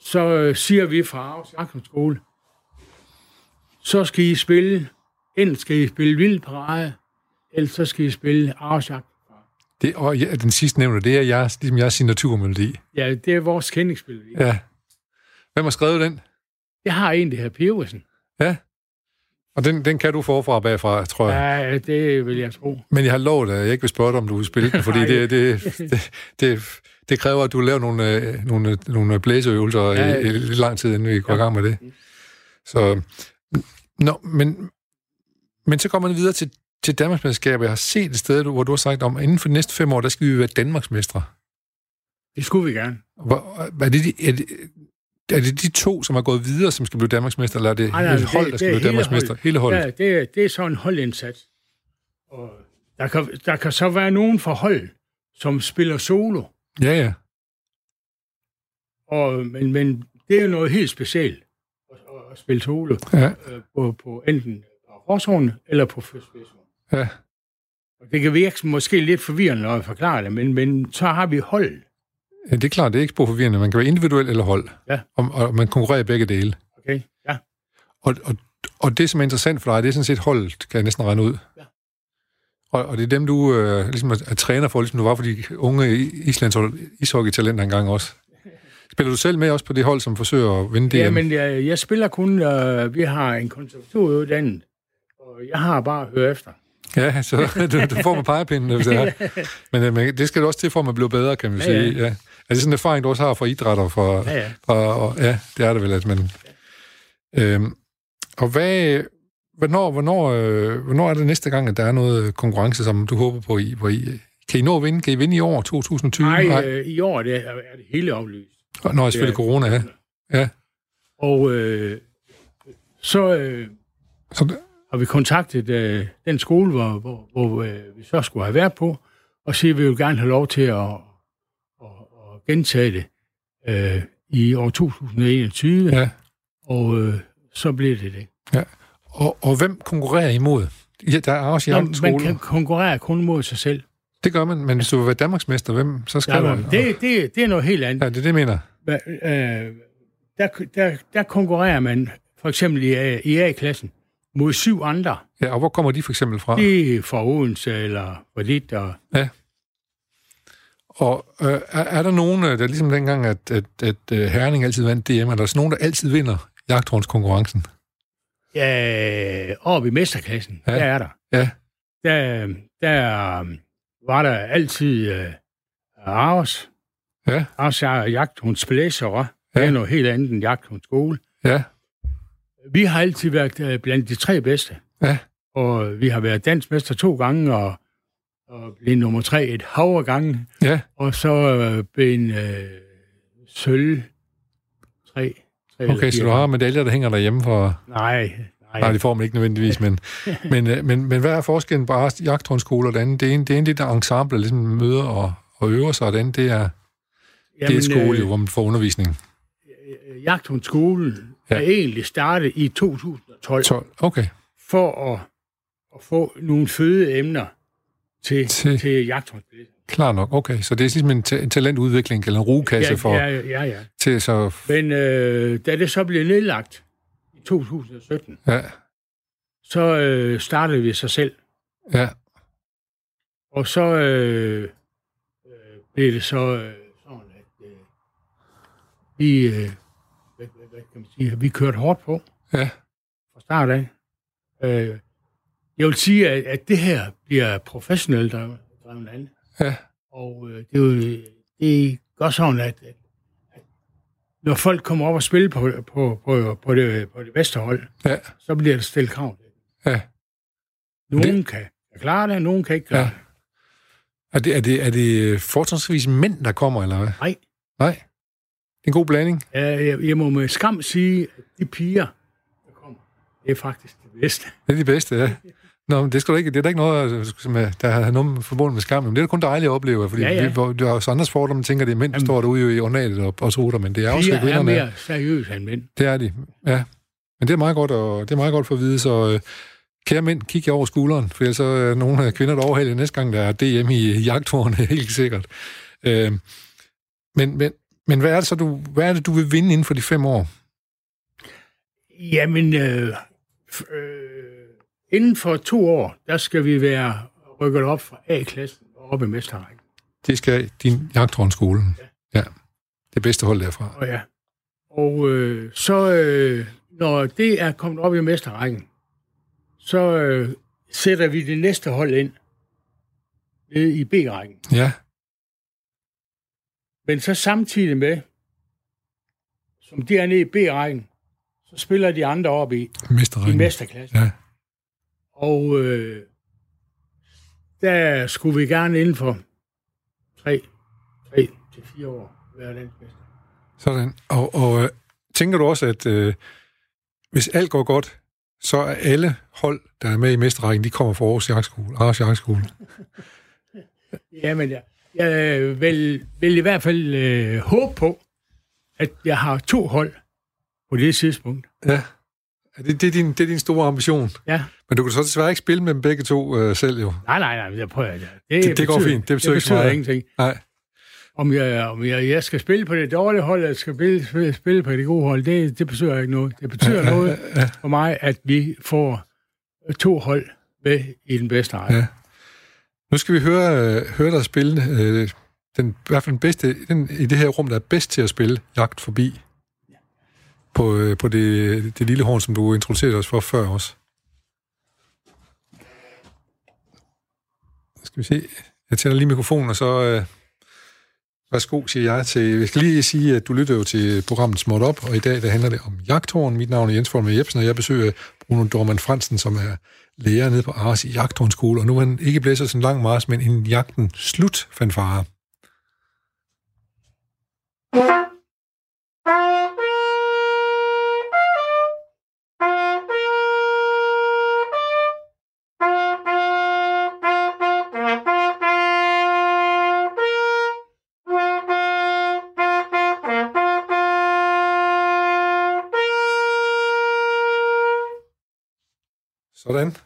[SPEAKER 3] så øh, siger vi fra Aarhus Akron Skole, så skal I spille, enten skal I spille Vild Parade, ellers så skal I spille Aarhus Akron.
[SPEAKER 1] Det, og ja, den sidste nævner, det er jeres, ligesom jeres signaturmelodi.
[SPEAKER 3] Ja, det er vores kendingsspil. Ja.
[SPEAKER 1] Ja. Hvem har skrevet den?
[SPEAKER 3] Jeg har en, det her Peversen.
[SPEAKER 1] Ja. Og den, den kan du forfra og bagfra, tror jeg. Ja.
[SPEAKER 3] Ja, det vil jeg tro.
[SPEAKER 1] Men jeg har lovet, at jeg ikke vil spørge dig, om du vil spille den, fordi
[SPEAKER 3] Nej.
[SPEAKER 1] det, det, det, det, det kræver, at du laver nogle, øh, nogle, nogle blæseøvelser ja,
[SPEAKER 3] Ja.
[SPEAKER 1] ja. lidt lang tid, inden vi går i gang med det. Så, nå, men, men så kommer man videre til, til Danmarksmesterskabet. Jeg har set et sted, hvor du har sagt om, at inden for de næste fem år, der skal vi være Danmarksmestre.
[SPEAKER 3] Det skulle vi gerne.
[SPEAKER 1] Hvor, er, det de, er, det, er det de to, som har gået videre, som skal blive Danmarksmester, eller er det
[SPEAKER 3] Nej, nej,
[SPEAKER 1] hele
[SPEAKER 3] det-
[SPEAKER 1] hold, der
[SPEAKER 3] det
[SPEAKER 1] skal
[SPEAKER 3] er
[SPEAKER 1] blive
[SPEAKER 3] hele
[SPEAKER 1] Danmarksmester?
[SPEAKER 3] holdet.
[SPEAKER 1] Hele holdet.
[SPEAKER 3] Ja, det, er- det er så en holdindsats. Og der kan, der kan så være nogen fra hold, som spiller solo.
[SPEAKER 1] Ja, ja.
[SPEAKER 3] Og, men, men det er jo noget helt specielt at, at- at spille solo
[SPEAKER 1] ja,
[SPEAKER 3] øh, på, på enten på forsonen eller på fødselsdagen.
[SPEAKER 1] ja.
[SPEAKER 3] Og det kan virke måske lidt forvirrende, når jeg forklarer det, men, men så har vi hold.
[SPEAKER 1] ja. Det er klart, det er ikke spor forvirrende. Man kan være individuel eller hold.
[SPEAKER 3] Ja.
[SPEAKER 1] Og, og man konkurrerer i begge dele.
[SPEAKER 3] Okay? Ja.
[SPEAKER 1] Og, og, og det, som er interessant for dig, det er sådan set holdet, kan jeg næsten regne ud.
[SPEAKER 3] Ja.
[SPEAKER 1] Og, og det er dem, du øh, ligesom er, er træner for, ligesom du var for de unge i- islandshold, ishockey-talenter engang også. Spiller du selv med også på det hold, som forsøger at vinde DM?
[SPEAKER 3] Ja, men jeg, jeg spiller kun, øh, vi har en konservatorieuddannet, og jeg har bare at høre efter.
[SPEAKER 1] Ja, så du, du får med pegepinden, hvis
[SPEAKER 3] <laughs>
[SPEAKER 1] det er. Men, øh, men det skal du også til, for at man bliver bedre, kan man
[SPEAKER 3] Ja,
[SPEAKER 1] sige.
[SPEAKER 3] ja.
[SPEAKER 1] Ja. Er det sådan en erfaring, du også har fra idræt og fra...
[SPEAKER 3] Ja, ja.
[SPEAKER 1] Fra, og, ja det er det vel, at man... Øhm, og hvad... Hvornår, hvornår, øh, hvornår er det næste gang, at der er noget konkurrence, som du håber på, I, hvor I... Kan I nå at vinde? Kan I vinde i år 2020?
[SPEAKER 3] Nej, øh, i år det er, er det hele aflyst.
[SPEAKER 1] Nå, jeg selvfølgelig
[SPEAKER 3] ja.
[SPEAKER 1] corona, ja. ja.
[SPEAKER 3] Og øh, så øh,
[SPEAKER 1] Så, d-
[SPEAKER 3] har vi kontaktet øh, den skole, hvor, hvor, hvor øh, vi så skulle have været på, og siger, at vi vil gerne have lov til at, at, at gentage det øh, i år 2021, ja.
[SPEAKER 1] ja.
[SPEAKER 3] og øh, så bliver det det.
[SPEAKER 1] Og, og hvem konkurrerer I imod? Ja, der er også
[SPEAKER 3] Nå,
[SPEAKER 1] jagt
[SPEAKER 3] man kan konkurrere kun mod sig selv.
[SPEAKER 1] Det gør man, men hvis du vil være Danmarksmester, hvem, så skal
[SPEAKER 3] Ja,
[SPEAKER 1] du...
[SPEAKER 3] men det, det, det er noget helt andet.
[SPEAKER 1] Ja, det er det, jeg mener.
[SPEAKER 3] Hva- øh, der, der, der konkurrerer man for eksempel i, A- i A-klassen mod syv andre.
[SPEAKER 1] Ja, og hvor kommer de for eksempel fra?
[SPEAKER 3] Det er fra Odense eller fra dit. Og,
[SPEAKER 1] Ja. Og øh, er, er der nogen, øh, der ligesom dengang, at, at, at øh, Herning altid vandt DM, er der sådan nogen, der altid vinder jagthornskonkurrencen?
[SPEAKER 3] ja, oppe i mesterklassen,
[SPEAKER 1] Ja.
[SPEAKER 3] ja. der er der.
[SPEAKER 1] Ja,
[SPEAKER 3] Der, der øhm, var der altid øh, Aros.
[SPEAKER 1] ja,
[SPEAKER 3] Aros er jagthunds blæsere. Ja. Det
[SPEAKER 1] Ja.
[SPEAKER 3] er noget helt andet end jagthunds skole.
[SPEAKER 1] ja,
[SPEAKER 3] Vi har altid været øh, blandt de tre bedste.
[SPEAKER 1] ja.
[SPEAKER 3] Og vi har været dansmester to gange, og, og blev nummer tre et hav af gange.
[SPEAKER 1] ja.
[SPEAKER 3] Og så øh, blev en øh, sølv 3.
[SPEAKER 1] Okay, så du har medaljer, der hænger derhjemme for...
[SPEAKER 3] Nej, nej.
[SPEAKER 1] Nej, det får man ikke nødvendigvis,
[SPEAKER 3] <laughs>
[SPEAKER 1] men, men, øh, men, men hvad er forskellen på Ars jagthornskole og det andet? Det ene, det ene det er der ensemble, der ligesom møder og, og øver sig, og det andet, det er, det er et skole, jo, hvor man får undervisning.
[SPEAKER 3] Øh, Jagthundskolen
[SPEAKER 1] Ja.
[SPEAKER 3] ja. er egentlig startet i 2012
[SPEAKER 1] 12. Okay,
[SPEAKER 3] for at, at få nogle fødeemner til,
[SPEAKER 1] Til-
[SPEAKER 3] til, til jagthundsblæsere.
[SPEAKER 1] klar nok. Okay, så det er ligesom en, ta- en talentudvikling, eller en rugekasse for,
[SPEAKER 3] Ja, ja, ja, ja.
[SPEAKER 1] til så...
[SPEAKER 3] Men øh, da det så blev nedlagt i 2017,
[SPEAKER 1] Ja,
[SPEAKER 3] så øh, startede vi sig selv.
[SPEAKER 1] ja.
[SPEAKER 3] Og så øh, øh, blev det så øh, sådan, at øh, vi, øh, hvad, hvad, hvad kan man sige, vi kørte hårdt på
[SPEAKER 1] Ja,
[SPEAKER 3] fra start af. Øh, jeg vil sige, at, at det her bliver professionelt drevet drevet an.
[SPEAKER 1] ja,
[SPEAKER 3] Og øh, det, er jo, det gør sådan, at, at når folk kommer op og spiller på, på, på, på, det, på det bedste hold,
[SPEAKER 1] ja,
[SPEAKER 3] så bliver der stillet krav.
[SPEAKER 1] ja.
[SPEAKER 3] Nogen det... kan klare det, nogen kan ikke klare
[SPEAKER 1] Ja. Er det,
[SPEAKER 3] det.
[SPEAKER 1] er det, er det øh, fortrinsvis mænd, der kommer, eller hvad?
[SPEAKER 3] Nej.
[SPEAKER 1] Nej. Det er en god blanding.
[SPEAKER 3] Ja, jeg, jeg må med skam sige, at de piger, der kommer, det er faktisk det bedste.
[SPEAKER 1] Det er de bedste, ja. Nå, men det, skal da ikke, det er da ikke noget, øh, som er, der er noget forbundet med skam. Men det er da kun dejligt at opleve, fordi ja,
[SPEAKER 3] Ja,
[SPEAKER 1] ja.
[SPEAKER 3] ja.
[SPEAKER 1] Vi, hvor- der er også andres fordomme, tænker, det er mænd, der står derude i ornatet og, og trutter, men det er også
[SPEAKER 3] Piger er
[SPEAKER 1] kvinderne.
[SPEAKER 3] mere seriøse end mænd.
[SPEAKER 1] Det er de, ja. Men det er meget godt, og det er meget godt for at vide, så øh, Kære mænd, kig jer over skulderen, for ellers øh, er nogle af kvinder, der overhaler næste gang, der er DM i jagthorne, <laughs> helt sikkert. Øh, men, men, men hvad er det så, du, hvad er det, du vil vinde inden for de fem år?
[SPEAKER 3] Jamen, øh, f- øh, inden for to år, der skal vi være rykket op fra A-klassen og op i mesterrækken.
[SPEAKER 1] Det skal din jagthornskolen. Ja. ja. Det bedste hold derfra.
[SPEAKER 3] Og, ja. og øh, så, øh, når det er kommet op i mesterrækken, så øh, sætter vi det næste hold ind nede i B-rækken.
[SPEAKER 1] Ja.
[SPEAKER 3] Men så samtidig med, som de er nede i B-rækken, så spiller de andre op i, i
[SPEAKER 1] Mesterringen.
[SPEAKER 3] mesterklassen.
[SPEAKER 1] Ja.
[SPEAKER 3] Og øh, der skulle vi gerne inden for 3, 3 til 4 år være den bedste.
[SPEAKER 1] Sådan. Og, og øh, tænker du også, at øh, hvis alt går godt, så er alle hold, der er med i mesterrækken, de kommer fra Aarhus Jagtskole. Aarhus Jagtskole.
[SPEAKER 3] Jamen, jeg, jeg øh, vil, vil i hvert fald øh, håbe på, at jeg har to hold på det tidspunkt.
[SPEAKER 1] Ja. Ja, Det, det, er din, det er din store ambition.
[SPEAKER 3] Ja.
[SPEAKER 1] Men du kan så desværre ikke spille med dem begge to øh, selv, jo.
[SPEAKER 3] Nej, nej, nej, jeg prøver det.
[SPEAKER 1] Det- det går fint. Det betyder
[SPEAKER 3] det
[SPEAKER 1] ikke så
[SPEAKER 3] betyder
[SPEAKER 1] meget.
[SPEAKER 3] ingenting.
[SPEAKER 1] Nej.
[SPEAKER 3] Om, jeg, om jeg, jeg skal spille på det dårlige hold, eller skal spille, spille, spille på det gode hold, det, det betyder ikke noget. Det betyder noget for mig, at vi får to hold med i den bedste række.
[SPEAKER 1] Ja. Nu skal vi høre, øh, høre dig spille øh, den, i hvert fald den bedste, den, i det her rum, der er bedst til at spille jagt forbi. På, øh, på det, det lille horn, som du introducerede os for før også. Skal vi se. Jeg tænder lige mikrofonen, og så... Øh, værsgo, siger jeg til... Jeg skal lige sige, at du lytter jo til programmet Småt Op, og i dag der handler det om jagthorn. Mit navn er Jens Folmer Jebsen, og jeg besøger Bruno Dorman Fransen, som er lærer nede på Ars i Jagthornskole, og nu er han ikke blæser sådan lang mars, men en jagten slut fanfare. Sådan.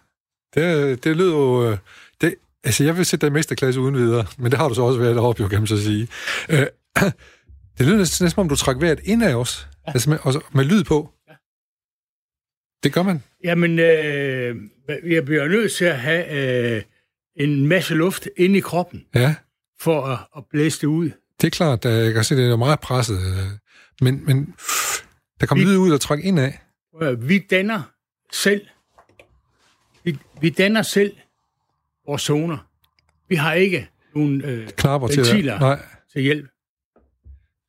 [SPEAKER 1] Det, det lyder jo... øh, Det, altså, jeg vil sætte dig i mesterklasse uden videre, men det har du så også været deroppe, jo, kan man så sige. Øh, <clears throat> det lyder næsten, næsten, som om du trak vejret indad også. Ja. Altså, med, også med lyd på. Ja. Det gør man.
[SPEAKER 3] Jamen, øh, jeg bliver nødt til at have øh, en masse luft inde i kroppen,
[SPEAKER 1] Ja,
[SPEAKER 3] for at, at blæse det ud.
[SPEAKER 1] det er klart. øh, Jeg kan se, det er jo meget presset. øh, Men, men der kom lyd ud og trak indad.
[SPEAKER 3] Øh, Vi danner selv, vi, vi danner selv vores zoner. Vi har ikke nogen øh,
[SPEAKER 1] Knapper til
[SPEAKER 3] Ventiler.
[SPEAKER 1] at... Nej.
[SPEAKER 3] til hjælp.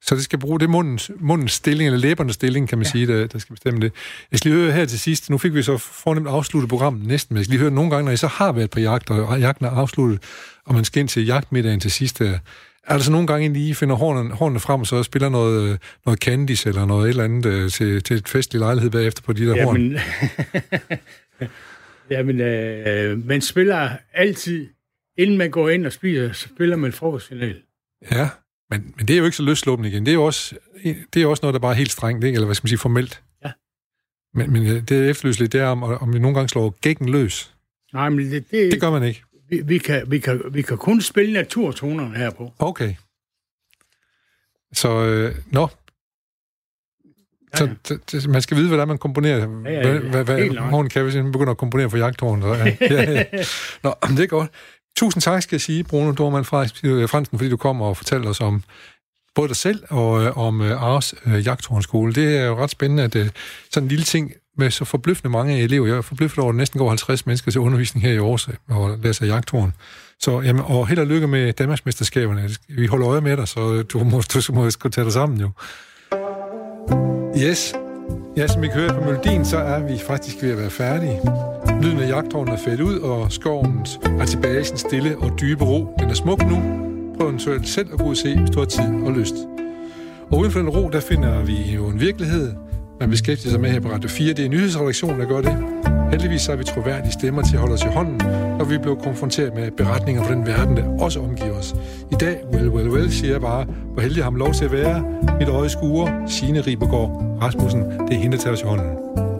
[SPEAKER 1] Så det skal bruge det er mundens, mundens stilling, eller læbernes stilling, kan man ja. sige, der, der skal bestemme det. Jeg skal lige høre her til sidst. Nu fik vi så fornemt afsluttet programmet næsten, men jeg skal lige høre nogle gange, når I så har været på jagt, og jagten er afsluttet, og man skal ind til jagtmiddagen til sidst, der, er der så nogle gange, I lige finder hornene, hornene frem, og så spiller noget, øh, noget candies eller noget et eller andet øh, til, til et festlig lejlighed bagefter på de der horn?
[SPEAKER 3] Jamen, <laughs> jamen øh, man spiller altid, inden man går ind og spiser, så spiller man frokostsignal.
[SPEAKER 1] Ja, men, men det er jo ikke så løsluppen igen. Det er jo også, det er jo også noget, der bare er helt strengt, ikke? eller hvad skal man sige, formelt.
[SPEAKER 3] Ja.
[SPEAKER 1] Men, men øh, det jeg efterlyser lidt, det er, om, om I nogle gange slår gækken løs.
[SPEAKER 3] Nej, men det, det,
[SPEAKER 1] Det gør man ikke.
[SPEAKER 3] vi, vi, kan, vi, kan, vi kan kun spille naturtonerne her på.
[SPEAKER 1] Okay. Så, øh, nå. Så,
[SPEAKER 3] ja.
[SPEAKER 1] d- d- man skal vide, hvordan man komponerer.
[SPEAKER 3] ja,
[SPEAKER 1] Hvad,
[SPEAKER 3] ja.
[SPEAKER 1] hvad,
[SPEAKER 3] Helt
[SPEAKER 1] hvad
[SPEAKER 3] nok.
[SPEAKER 1] Horn kan, hvis man begynder at komponere for jagthorn. Så, ja, ja,
[SPEAKER 3] <laughs>
[SPEAKER 1] ja. Nå, men det er godt. Tusind tak skal jeg sige, Bruno Dorman Fra- Fransen, fordi du kom og fortalte os om både dig selv og øh, om øh, Ars øh, Jagthornskole. Det er jo ret spændende, at øh, sådan en lille ting med så forbløffende mange elever. Jeg er forbløffet over, at der næsten går 50 mennesker til undervisning her i Aarhus øh, og læser jagthorn. Så jamen, og held og lykke med Danmarksmesterskaberne. Vi holder øje med dig, så øh, du må, du må sgu tage dig sammen jo. Yes. Ja, som I kan høre på melodien, så er vi faktisk ved at være færdige. Lyden af jagthornen er fældet ud, og skovens er tilbage i sin stille og dybe ro. Den er smuk nu. Prøv eventuelt selv at gå ud og se, hvis du har tid og lyst. Og uden for den ro, der finder vi jo en virkelighed, man beskæftiger sig med her på Radio 4. Det er nyhedsredaktionen, der gør det. Heldigvis så er vi troværdige stemmer til at holde os i hånden, når vi bliver konfronteret med beretninger fra den verden, der også omgiver os. I dag, well, well, well, siger jeg bare, hvor heldig jeg har ham lov til at være. Mit øje skuer, Signe Ribergaard Rasmussen, det er hende, der tager os i hånden.